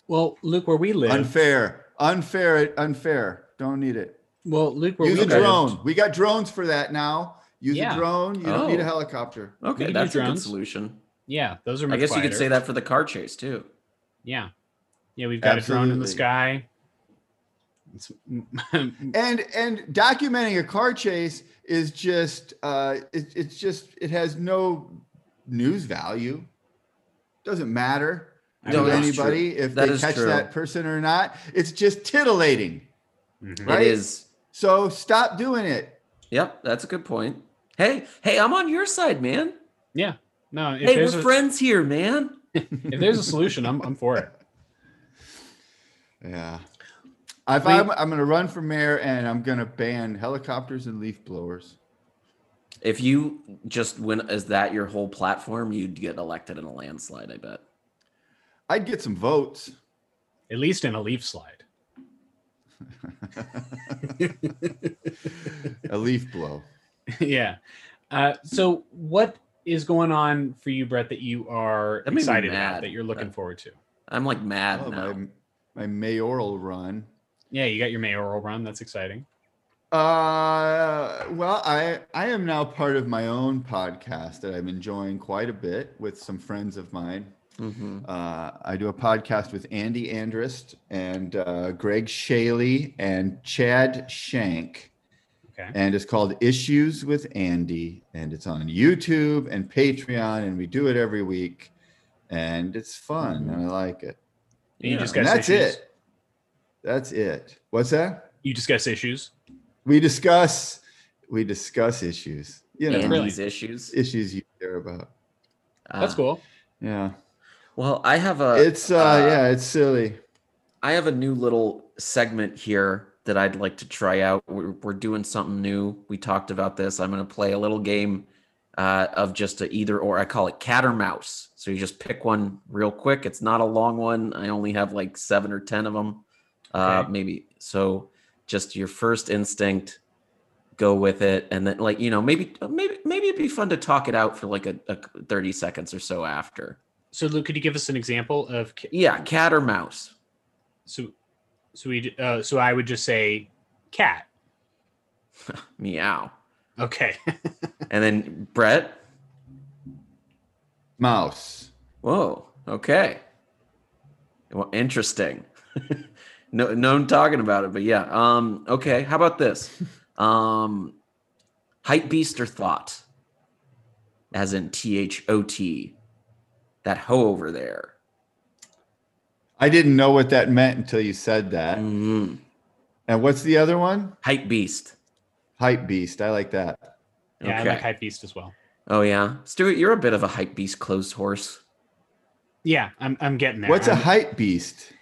Speaker 5: Well, Luke, where we live.
Speaker 3: Unfair, unfair, unfair. Don't need it.
Speaker 5: well, Luke, where
Speaker 3: Use
Speaker 5: we
Speaker 3: a
Speaker 2: okay.
Speaker 5: live.
Speaker 3: drone. We got drones for that now. Use
Speaker 5: Yeah.
Speaker 3: a drone. You don't need
Speaker 2: Oh.
Speaker 3: a helicopter.
Speaker 5: We
Speaker 2: Okay,
Speaker 5: can do
Speaker 2: that's a good
Speaker 5: drones.
Speaker 2: solution.
Speaker 5: Yeah, those are.
Speaker 2: I
Speaker 5: much
Speaker 2: guess you could
Speaker 5: quieter.
Speaker 2: say that for the car chase too.
Speaker 1: Yeah. Yeah, we've got a drone in the
Speaker 3: Absolutely.
Speaker 1: sky. It's,
Speaker 3: And and documenting a car chase is just uh, it, it's just it has no news value. Doesn't matter.
Speaker 1: I
Speaker 2: No,
Speaker 3: to
Speaker 1: don't
Speaker 2: that's
Speaker 1: know.
Speaker 2: true.
Speaker 3: anybody if
Speaker 2: That
Speaker 3: they
Speaker 2: is
Speaker 3: catch
Speaker 2: true.
Speaker 3: that person or not. It's just titillating.
Speaker 1: Mhm.
Speaker 3: Right?
Speaker 2: It is.
Speaker 3: So stop doing it.
Speaker 2: Yep, that's a good point. Hey, hey, I'm on your side, man.
Speaker 1: Yeah. No, if,
Speaker 2: hey,
Speaker 1: there's
Speaker 2: we're
Speaker 1: a,
Speaker 2: friends here, man.
Speaker 1: if there's a solution, I'm, I'm for it.
Speaker 3: Yeah. If
Speaker 1: We-
Speaker 3: I'm, I'm going to run for mayor and I'm going to ban helicopters and leaf blowers.
Speaker 2: If you just went as that your whole platform, you'd get elected in a landslide, I bet.
Speaker 3: I'd get some votes.
Speaker 1: At least in a leaf slide.
Speaker 3: A leaf blow.
Speaker 1: yeah. Uh, so what is going on for you, Brett, that you are
Speaker 2: That made me
Speaker 1: excited about
Speaker 2: mad.
Speaker 1: that you're looking
Speaker 2: Uh,
Speaker 1: forward to?
Speaker 2: I'm like mad
Speaker 3: Oh,
Speaker 2: now.
Speaker 3: my, my mayoral run.
Speaker 1: Yeah, you got your mayoral run. That's exciting.
Speaker 3: Uh, well, I I am now part of my own podcast that I'm enjoying quite a bit with some friends of mine.
Speaker 2: hmm
Speaker 3: Uh, I do a podcast with Andy Andrist and uh, Greg Shaley and Chad Shank,
Speaker 1: Okay.
Speaker 3: and it's called Issues with Andy, and it's on YouTube and Patreon, and we do it every week, and it's fun, and I like it.
Speaker 1: And you
Speaker 2: Yeah.
Speaker 1: discuss
Speaker 3: And that's
Speaker 1: issues.
Speaker 3: it. That's it. What's that?
Speaker 1: You discuss issues.
Speaker 3: We discuss. We discuss issues. You know,
Speaker 2: And
Speaker 1: Really?
Speaker 2: these issues.
Speaker 3: issues you care about.
Speaker 1: That's
Speaker 2: Ah.
Speaker 1: cool.
Speaker 3: Yeah,
Speaker 2: Well, I have a
Speaker 3: it's uh, yeah, it's silly.
Speaker 2: I have a new little segment here that I'd like to try out. We're, we're doing something new. We talked about this. I'm going to play a little game uh, of just a either or. I call it cat or mouse. So you just pick one real quick. It's not a long one. I only have like seven or 10 of them, uh,
Speaker 1: Okay.
Speaker 2: maybe. So just your first instinct, go with it. And then, like, you know, maybe, maybe, maybe it'd be fun to talk it out for like a, a 30 seconds or so after.
Speaker 1: So Luke, could you give us an example of ca-
Speaker 2: Yeah, cat or mouse.
Speaker 1: so so we uh, so I would just say cat.
Speaker 2: Meow.
Speaker 1: Okay.
Speaker 2: And then, Brett.
Speaker 3: Mouse.
Speaker 2: Whoa. Okay. Well, interesting. no, no, I'm talking about it, but yeah. Um. Okay. How about this? Um, hype beast or thought, as in T H O T, that hoe over there.
Speaker 3: I didn't know what that meant until you said that.
Speaker 2: Mhm.
Speaker 3: And what's the other one?
Speaker 2: Hype beast.
Speaker 3: Hype beast. I like that.
Speaker 1: Yeah, I like hype beast as well.
Speaker 2: oh yeah, Stuart, you're a bit of a hype beast closed horse.
Speaker 1: Yeah, I'm I'm getting there.
Speaker 3: What's a
Speaker 1: I'm-
Speaker 3: hype beast?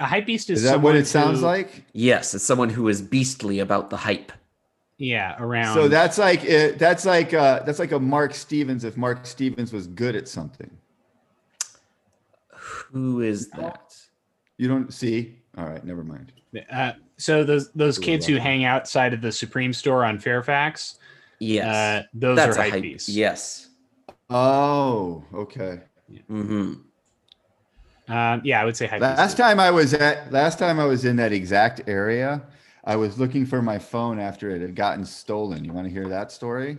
Speaker 1: a hype beast is,
Speaker 3: Is that what
Speaker 1: someone
Speaker 3: it sounds
Speaker 1: who-
Speaker 3: like?
Speaker 2: Yes, it's someone who is beastly about the hype.
Speaker 1: Yeah, around
Speaker 3: So that's like it, that's like uh that's like a Mark Stevens if Mark Stevens was good at something.
Speaker 2: Who is
Speaker 1: Oh.
Speaker 2: that?
Speaker 3: You don't see? All right, never mind.
Speaker 1: uh, so those those
Speaker 3: Ooh, I
Speaker 1: kids
Speaker 3: love
Speaker 1: who
Speaker 3: that.
Speaker 1: hang outside of the Supreme store on Fairfax,
Speaker 2: Yes,
Speaker 1: uh, those
Speaker 2: that's
Speaker 1: are
Speaker 2: a
Speaker 1: hype
Speaker 2: hype
Speaker 1: beasts.
Speaker 2: Yes.
Speaker 3: Oh, okay.
Speaker 2: Mm-hmm.
Speaker 1: Um, yeah, I would say hype
Speaker 3: Last
Speaker 1: beast.
Speaker 3: time I was at last time I was in that exact area, I was looking for my phone after it had gotten stolen. You want to hear that story?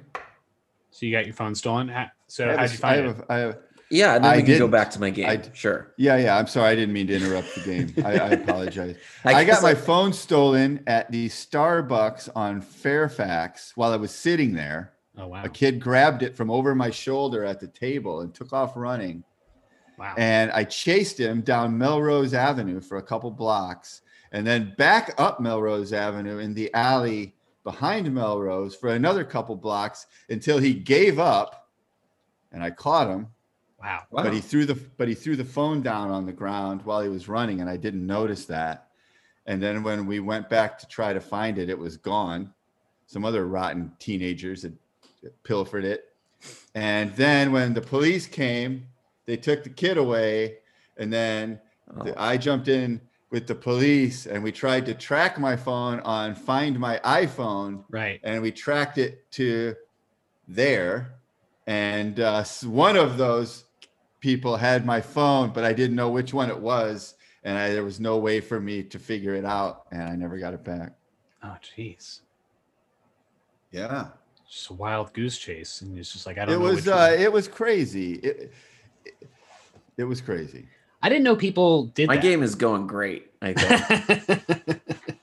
Speaker 1: So you got your phone stolen. Ha- So
Speaker 3: I have
Speaker 1: how'd
Speaker 3: a-
Speaker 1: you find
Speaker 3: I
Speaker 1: it?
Speaker 3: have a- I have-
Speaker 2: Yeah, and then
Speaker 3: I
Speaker 2: we can go
Speaker 3: didn't.
Speaker 2: back to my game.
Speaker 3: I d-
Speaker 2: sure.
Speaker 3: yeah, yeah. I'm sorry. I didn't mean to interrupt the game. I, I apologize. I,
Speaker 2: guess
Speaker 3: got my phone stolen at the Starbucks on Fairfax while I was sitting there.
Speaker 1: Oh wow!
Speaker 3: A kid grabbed it from over my shoulder at the table and took off running.
Speaker 1: Wow.
Speaker 3: And I chased him down Melrose Avenue for a couple blocks and then back up Melrose Avenue in the alley behind Melrose for another couple blocks until he gave up and I caught him.
Speaker 1: wow.
Speaker 2: Wow.
Speaker 3: But he threw the but he threw the phone down on the ground while he was running, and I didn't notice that. And then when we went back to try to find it, it was gone. Some other rotten teenagers had pilfered it. And then when the police came, they took the kid away. And then
Speaker 2: Oh.
Speaker 3: the- I jumped in with the police, and we tried to track my phone on Find My iPhone
Speaker 1: Right.
Speaker 3: and we tracked it to there. And uh, s- one of those people had my phone, but I didn't know which one it was. And I, there was no way for me to figure it out. And I never got it back.
Speaker 1: Oh jeez.
Speaker 3: Yeah.
Speaker 1: Just a wild goose chase, and it's just like I don't
Speaker 3: It
Speaker 1: know.
Speaker 3: was
Speaker 1: which one.
Speaker 3: uh, it was crazy. It, it, it was crazy.
Speaker 1: I didn't know people did.
Speaker 2: my
Speaker 1: that.
Speaker 2: game is going great. I think.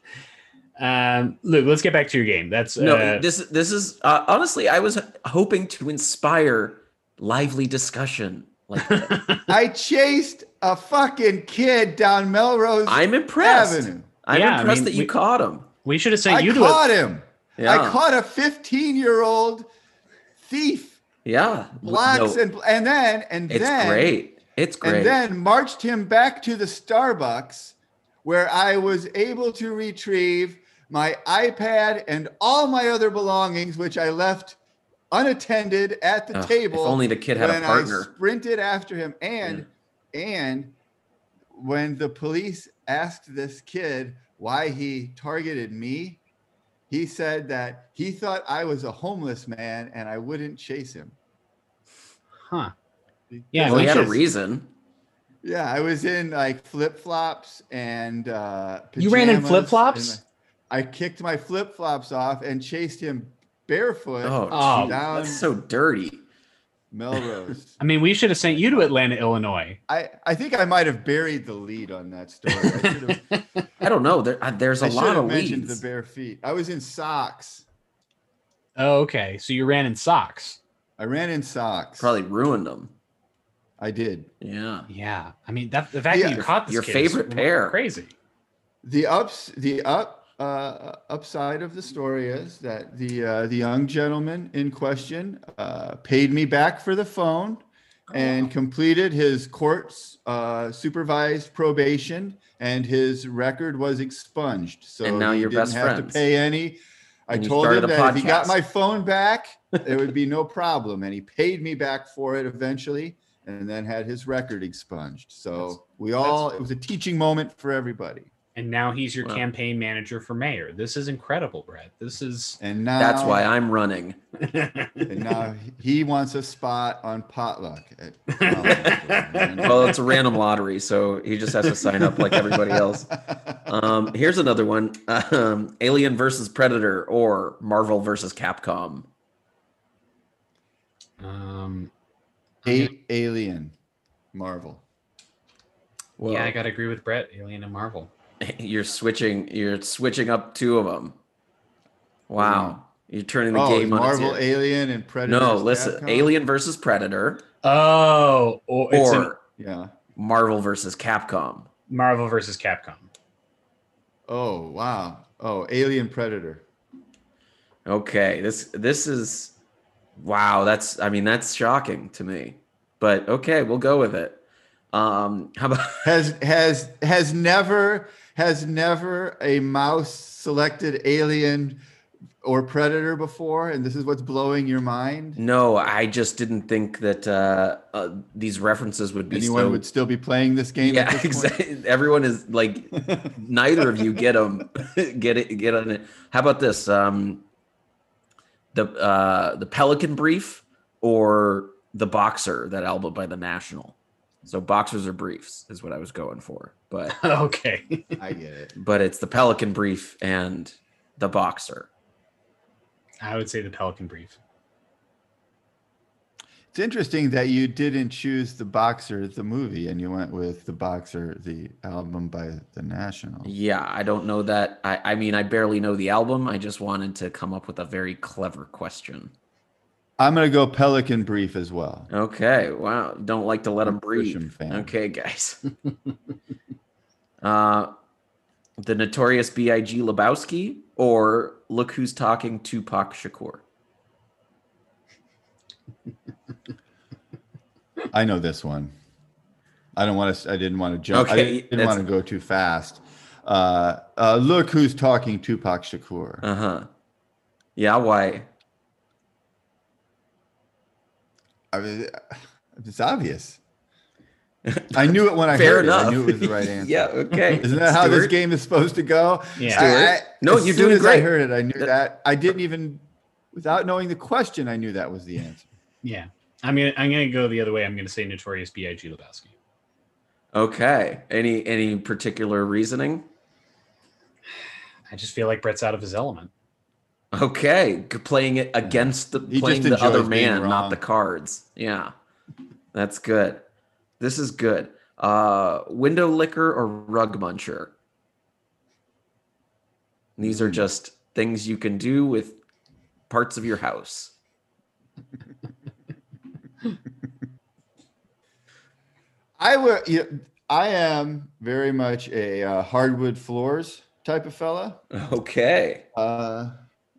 Speaker 1: um, Luke, let's get back to your game. That's
Speaker 2: no,
Speaker 1: uh,
Speaker 2: this this is uh, honestly, I was hoping to inspire lively discussion. Like that.
Speaker 3: I chased a fucking kid down Melrose
Speaker 2: I'm impressed.
Speaker 3: Avenue.
Speaker 2: I'm
Speaker 1: Yeah, I
Speaker 2: impressed
Speaker 1: mean,
Speaker 2: that you
Speaker 1: we-
Speaker 2: caught him.
Speaker 1: we should have sent
Speaker 3: I
Speaker 1: you to
Speaker 3: caught
Speaker 1: a,
Speaker 3: him.
Speaker 2: Yeah,
Speaker 3: I caught a 15 year old thief.
Speaker 2: yeah.
Speaker 3: blocks
Speaker 2: No,
Speaker 3: and and then and
Speaker 2: it's
Speaker 3: then
Speaker 2: great. It's
Speaker 3: and
Speaker 2: great.
Speaker 3: then marched him back to the Starbucks where I was able to retrieve my iPad and all my other belongings, which I left unattended at the
Speaker 2: Ugh,
Speaker 3: table.
Speaker 2: If only the kid had a
Speaker 3: when I
Speaker 2: partner. Mm.
Speaker 3: sprinted after him, and and when the police asked this kid why he targeted me, he said that he thought I was a homeless man and I wouldn't chase him.
Speaker 1: huh? Yeah,
Speaker 2: well, he had a
Speaker 3: Because-
Speaker 2: reason.
Speaker 3: Yeah, I was in like flip flops and uh,
Speaker 5: You ran in
Speaker 3: pajamas,
Speaker 5: flip-flops?
Speaker 3: and I I kicked my flip flops off and chased him barefoot
Speaker 2: Oh,
Speaker 1: Oh,
Speaker 2: geez,
Speaker 3: down
Speaker 2: that's so dirty.
Speaker 3: Melrose.
Speaker 1: I mean, we should have sent you to Atlanta, Illinois.
Speaker 3: I, I think I might have buried the lead on that story. I should have,
Speaker 2: I don't know. There, uh, there's a
Speaker 3: I should
Speaker 2: lot
Speaker 3: have
Speaker 2: of
Speaker 3: mentioned
Speaker 2: leads.
Speaker 3: the bare feet. I was in socks.
Speaker 1: Oh, okay. So you ran in socks.
Speaker 3: I ran in socks.
Speaker 2: Probably ruined them.
Speaker 3: I did.
Speaker 2: Yeah.
Speaker 1: Yeah. I mean, that, the fact
Speaker 3: Yeah.
Speaker 1: that you caught this
Speaker 2: Your
Speaker 1: kid is
Speaker 2: favorite pair.
Speaker 1: crazy.
Speaker 3: The ups the up uh, upside of the story is that the uh, the young gentleman in question uh, paid me back for the phone and completed his court's uh, supervised probation, and his record was expunged. So
Speaker 2: And now
Speaker 3: he
Speaker 2: you're
Speaker 3: didn't
Speaker 2: best
Speaker 3: have
Speaker 2: friends.
Speaker 3: to pay any. I
Speaker 2: And you
Speaker 3: told
Speaker 2: started
Speaker 3: him
Speaker 2: a
Speaker 3: that if he got
Speaker 2: podcast.
Speaker 3: my phone back, it would be no problem, and he paid me back for it eventually, and then had his record expunged. So
Speaker 1: That's-
Speaker 3: we all it was a teaching moment for everybody.
Speaker 1: And now he's your
Speaker 2: Wow.
Speaker 1: campaign manager for mayor. This is incredible, Brett. This is.
Speaker 3: And now
Speaker 2: That's why I'm running.
Speaker 3: and now he wants a spot on potluck. At,
Speaker 2: Well, it's a random lottery, so he just has to sign up like everybody else. Um, here's another one: um, Alien versus Predator or Marvel versus Capcom.
Speaker 1: um,
Speaker 3: Eight alien Marvel.
Speaker 2: Whoa.
Speaker 1: yeah, I gotta agree with Brett. Alien and Marvel.
Speaker 2: you're switching. You're switching up two of them. Wow, you're turning the
Speaker 3: oh,
Speaker 2: game on
Speaker 3: Marvel
Speaker 2: its ear.
Speaker 3: Alien and Predator.
Speaker 2: No, listen, Alien versus Predator
Speaker 1: Oh, or it's an
Speaker 2: or
Speaker 3: Yeah.
Speaker 2: Marvel versus Capcom.
Speaker 1: Marvel versus Capcom.
Speaker 3: Oh wow. Oh, Alien Predator.
Speaker 2: Okay, this this is wow, that's I mean that's shocking to me. But okay, we'll go with it. Um how about
Speaker 3: Has has has never has never a mouse selected alien or predator before, and this is what's blowing your mind.
Speaker 2: No, I just didn't think that uh, uh these references would be
Speaker 3: Anyone
Speaker 2: so
Speaker 3: would still be playing this game.
Speaker 2: Yeah,
Speaker 3: at this point?
Speaker 2: exactly. Everyone is like neither of you get them get it get on it. How about this um the uh the Pelican Brief or the Boxer that album by The National. So boxers or briefs is what I was going for. But
Speaker 1: okay.
Speaker 3: I get it.
Speaker 2: but it's the Pelican Brief and the Boxer.
Speaker 1: I would say the Pelican Brief.
Speaker 3: It's interesting that you didn't choose the boxer, the movie, and you went with the boxer, the album by the National.
Speaker 2: Yeah, I don't know that. I, I mean, I barely know the album. I just wanted to come up with a very clever question.
Speaker 3: I'm gonna go Pelican Brief as well.
Speaker 2: Okay. Wow. Don't like to let them
Speaker 3: Push 'em,
Speaker 2: breathe.
Speaker 3: fam.
Speaker 2: Okay, guys. uh, the notorious B.I.G. Lebowski or Look Who's Talking Tupac Shakur?
Speaker 3: I know this one. I don't want to. I didn't want to jump. I
Speaker 2: Okay,
Speaker 3: didn't, didn't
Speaker 2: that's-
Speaker 3: want to go too fast. Uh, uh, look who's talking, Tupac Shakur.
Speaker 2: Uh huh. Yeah, why?
Speaker 3: I mean, uh, it's obvious. I knew it when I
Speaker 2: Fair
Speaker 3: heard
Speaker 2: enough.
Speaker 3: it. I knew it was the right answer.
Speaker 2: yeah, okay.
Speaker 3: Isn't that how this
Speaker 2: Stuart?
Speaker 3: game is supposed to go?
Speaker 1: Yeah.
Speaker 3: I-
Speaker 2: Stuart?
Speaker 3: I-
Speaker 2: No,
Speaker 3: as
Speaker 2: you're
Speaker 3: soon
Speaker 2: doing
Speaker 3: as I
Speaker 2: great.
Speaker 3: heard it. I knew
Speaker 2: That-
Speaker 3: that. I didn't even, without knowing the question, I knew that was the answer.
Speaker 1: Yeah, I'm gonna I'm gonna go the other way. I'm gonna say Notorious B.I.G. Lebowski.
Speaker 2: Okay. Any any particular reasoning?
Speaker 1: I just feel like Brett's out of his element.
Speaker 2: Okay, g- playing it against the
Speaker 3: He
Speaker 2: playing
Speaker 3: just
Speaker 2: the other
Speaker 3: enjoys being
Speaker 2: man, not
Speaker 3: wrong.
Speaker 2: the cards. Yeah, that's good. This is good. Uh, window licker or rug muncher. These
Speaker 3: Hmm.
Speaker 2: are just things you can do with parts of your house.
Speaker 3: I will. You know, I am very much a uh, hardwood floors type of fella.
Speaker 2: Okay.
Speaker 3: Uh,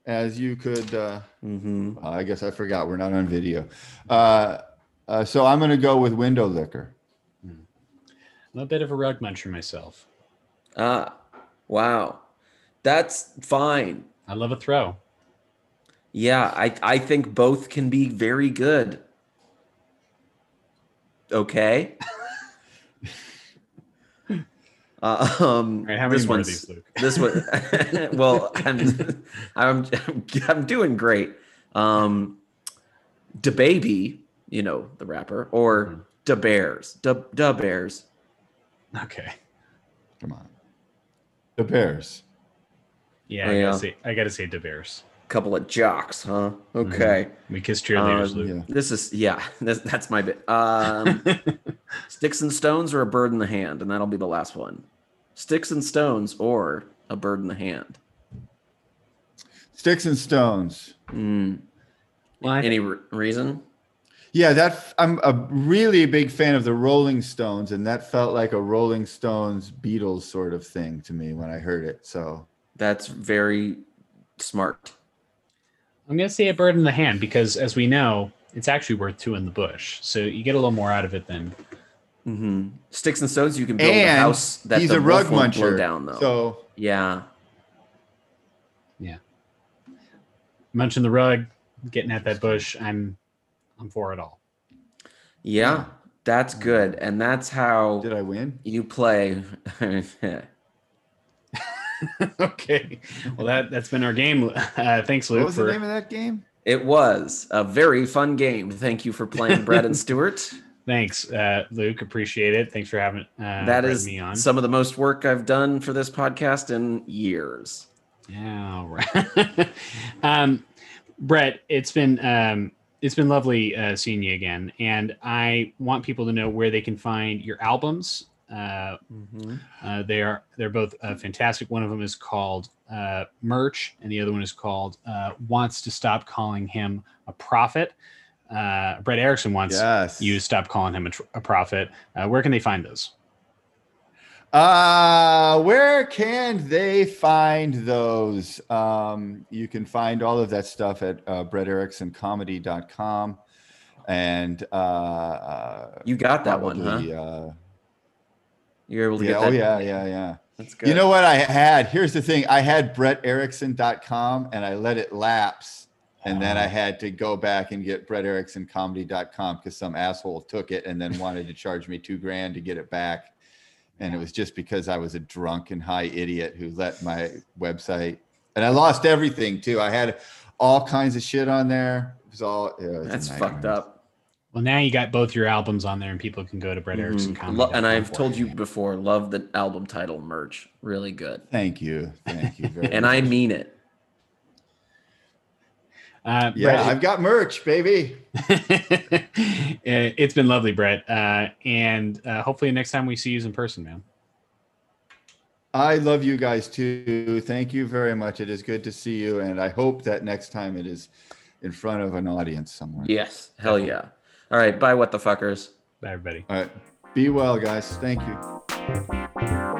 Speaker 3: as you could, uh,
Speaker 2: hmm
Speaker 3: I guess I forgot we're not on video. Uh, uh, so I'm going to go with window liquor.
Speaker 1: I'm a bit of a rug muncher myself.
Speaker 2: Ah, wow. That's fine.
Speaker 1: I love a throw.
Speaker 2: Yeah, I I think both can be very good. Okay. Uh, um,
Speaker 1: All right, how many
Speaker 2: this
Speaker 1: more
Speaker 2: one's
Speaker 1: of these, Luke?
Speaker 2: this one. well, I'm, I'm I'm I'm doing great. Um, da baby, you know the rapper,
Speaker 1: Mm-hmm.
Speaker 2: or da bears, da da bears.
Speaker 1: Okay.
Speaker 3: Come on, the Bears.
Speaker 1: Yeah, I
Speaker 2: Yeah.
Speaker 1: gotta say I gotta say DeVeers.
Speaker 2: Couple of jocks, huh?
Speaker 1: Mm-hmm.
Speaker 2: Okay.
Speaker 1: We kiss cheerleaders,
Speaker 2: Uh,
Speaker 1: Luke.
Speaker 3: Yeah.
Speaker 2: This is yeah. That's, that's my bit. Um, sticks and stones or a bird in the hand, and that'll be the last one. Sticks and stones or a bird in the hand.
Speaker 3: Sticks and stones. Hmm.
Speaker 2: Mm.
Speaker 1: Well, I-
Speaker 2: Any re- reason?
Speaker 3: Yeah, that I'm a really big fan of the Rolling Stones, and that felt like a Rolling Stones Beatles sort of thing to me when I heard it. So
Speaker 2: That's very smart.
Speaker 1: I'm gonna say a bird in the hand because as we know, it's actually worth two in the bush. So you get a little more out of it than
Speaker 2: hmm Sticks and stones. You can build a
Speaker 3: Mm-hmm. And
Speaker 2: house that
Speaker 3: he's
Speaker 2: the
Speaker 3: a rug
Speaker 2: wolf won't blow
Speaker 3: muncher.
Speaker 2: down though.
Speaker 3: So
Speaker 2: yeah.
Speaker 1: munching the rug, getting at that bush. I'm I'm for it all.
Speaker 2: Yeah. That's good, and that's how
Speaker 3: Mm. did I win?
Speaker 2: you play.
Speaker 1: okay. Well that that's been our game. Uh, thanks, Luke.
Speaker 3: What was the
Speaker 1: for-
Speaker 3: name of that game?
Speaker 2: it was a very fun game. Thank you for playing, Brett and Stewart.
Speaker 1: Thanks, uh, Luke. Appreciate it. Thanks for having uh,
Speaker 2: that
Speaker 1: having
Speaker 2: is
Speaker 1: me on.
Speaker 2: some of the most work I've done for this podcast in years.
Speaker 1: Yeah, all right. um, Brett, it's been um, it's been lovely uh, seeing you again, and I want people to know where they can find your albums. Uh,
Speaker 3: Mm-hmm.
Speaker 1: uh, they are they're both uh, fantastic. One of them is called uh, Merch, and the other one is called uh, Wants to Stop Calling Him a Prophet. Uh, Brett Erickson wants
Speaker 3: Yes.
Speaker 1: you to stop calling him a, tr- a prophet. Uh, where can they find those?
Speaker 3: Uh, where can they find those? Um, you can find all of that stuff at uh, brettericksoncomedy.com. And uh, uh,
Speaker 2: You got that one, huh?
Speaker 3: probably, uh,
Speaker 2: You're able to
Speaker 3: yeah,
Speaker 2: get
Speaker 3: oh,
Speaker 2: that.
Speaker 3: yeah, yeah, yeah.
Speaker 2: That's good.
Speaker 3: You know what I had? Here's the thing I had bretterickson.com and I let it lapse. And then
Speaker 2: Uh-huh.
Speaker 3: I had to go back and get brettericksoncomedy.com because some asshole took it and then wanted to charge me two grand to get it back. And it was just because I was a drunk and high idiot who let my website and I lost everything too. I had all kinds of shit on there. It was all yeah, it was a
Speaker 2: that's
Speaker 3: nightmare.
Speaker 2: fucked up.
Speaker 1: Well, now you got both your albums on there, and people can go to Brett Erickson
Speaker 2: Mhm. Lo-
Speaker 1: Comedy.
Speaker 2: and I've told you before, love the album title merch. Really good.
Speaker 3: Thank you. Thank you very
Speaker 2: And I mean it.
Speaker 1: Uh,
Speaker 3: Yeah,
Speaker 1: Brett,
Speaker 3: I've got merch, baby.
Speaker 1: it- it's been lovely, Brett. Uh, and uh, hopefully next time we see you in person, man.
Speaker 3: I love you guys too. Thank you very much. It is good to see you, and I hope that next time it is in front of an audience somewhere.
Speaker 2: Yes. Hell yeah. All right. Bye, what the fuckers.
Speaker 1: Bye, everybody.
Speaker 3: All right. Be well, guys. Thank you.
Speaker 1: Bye.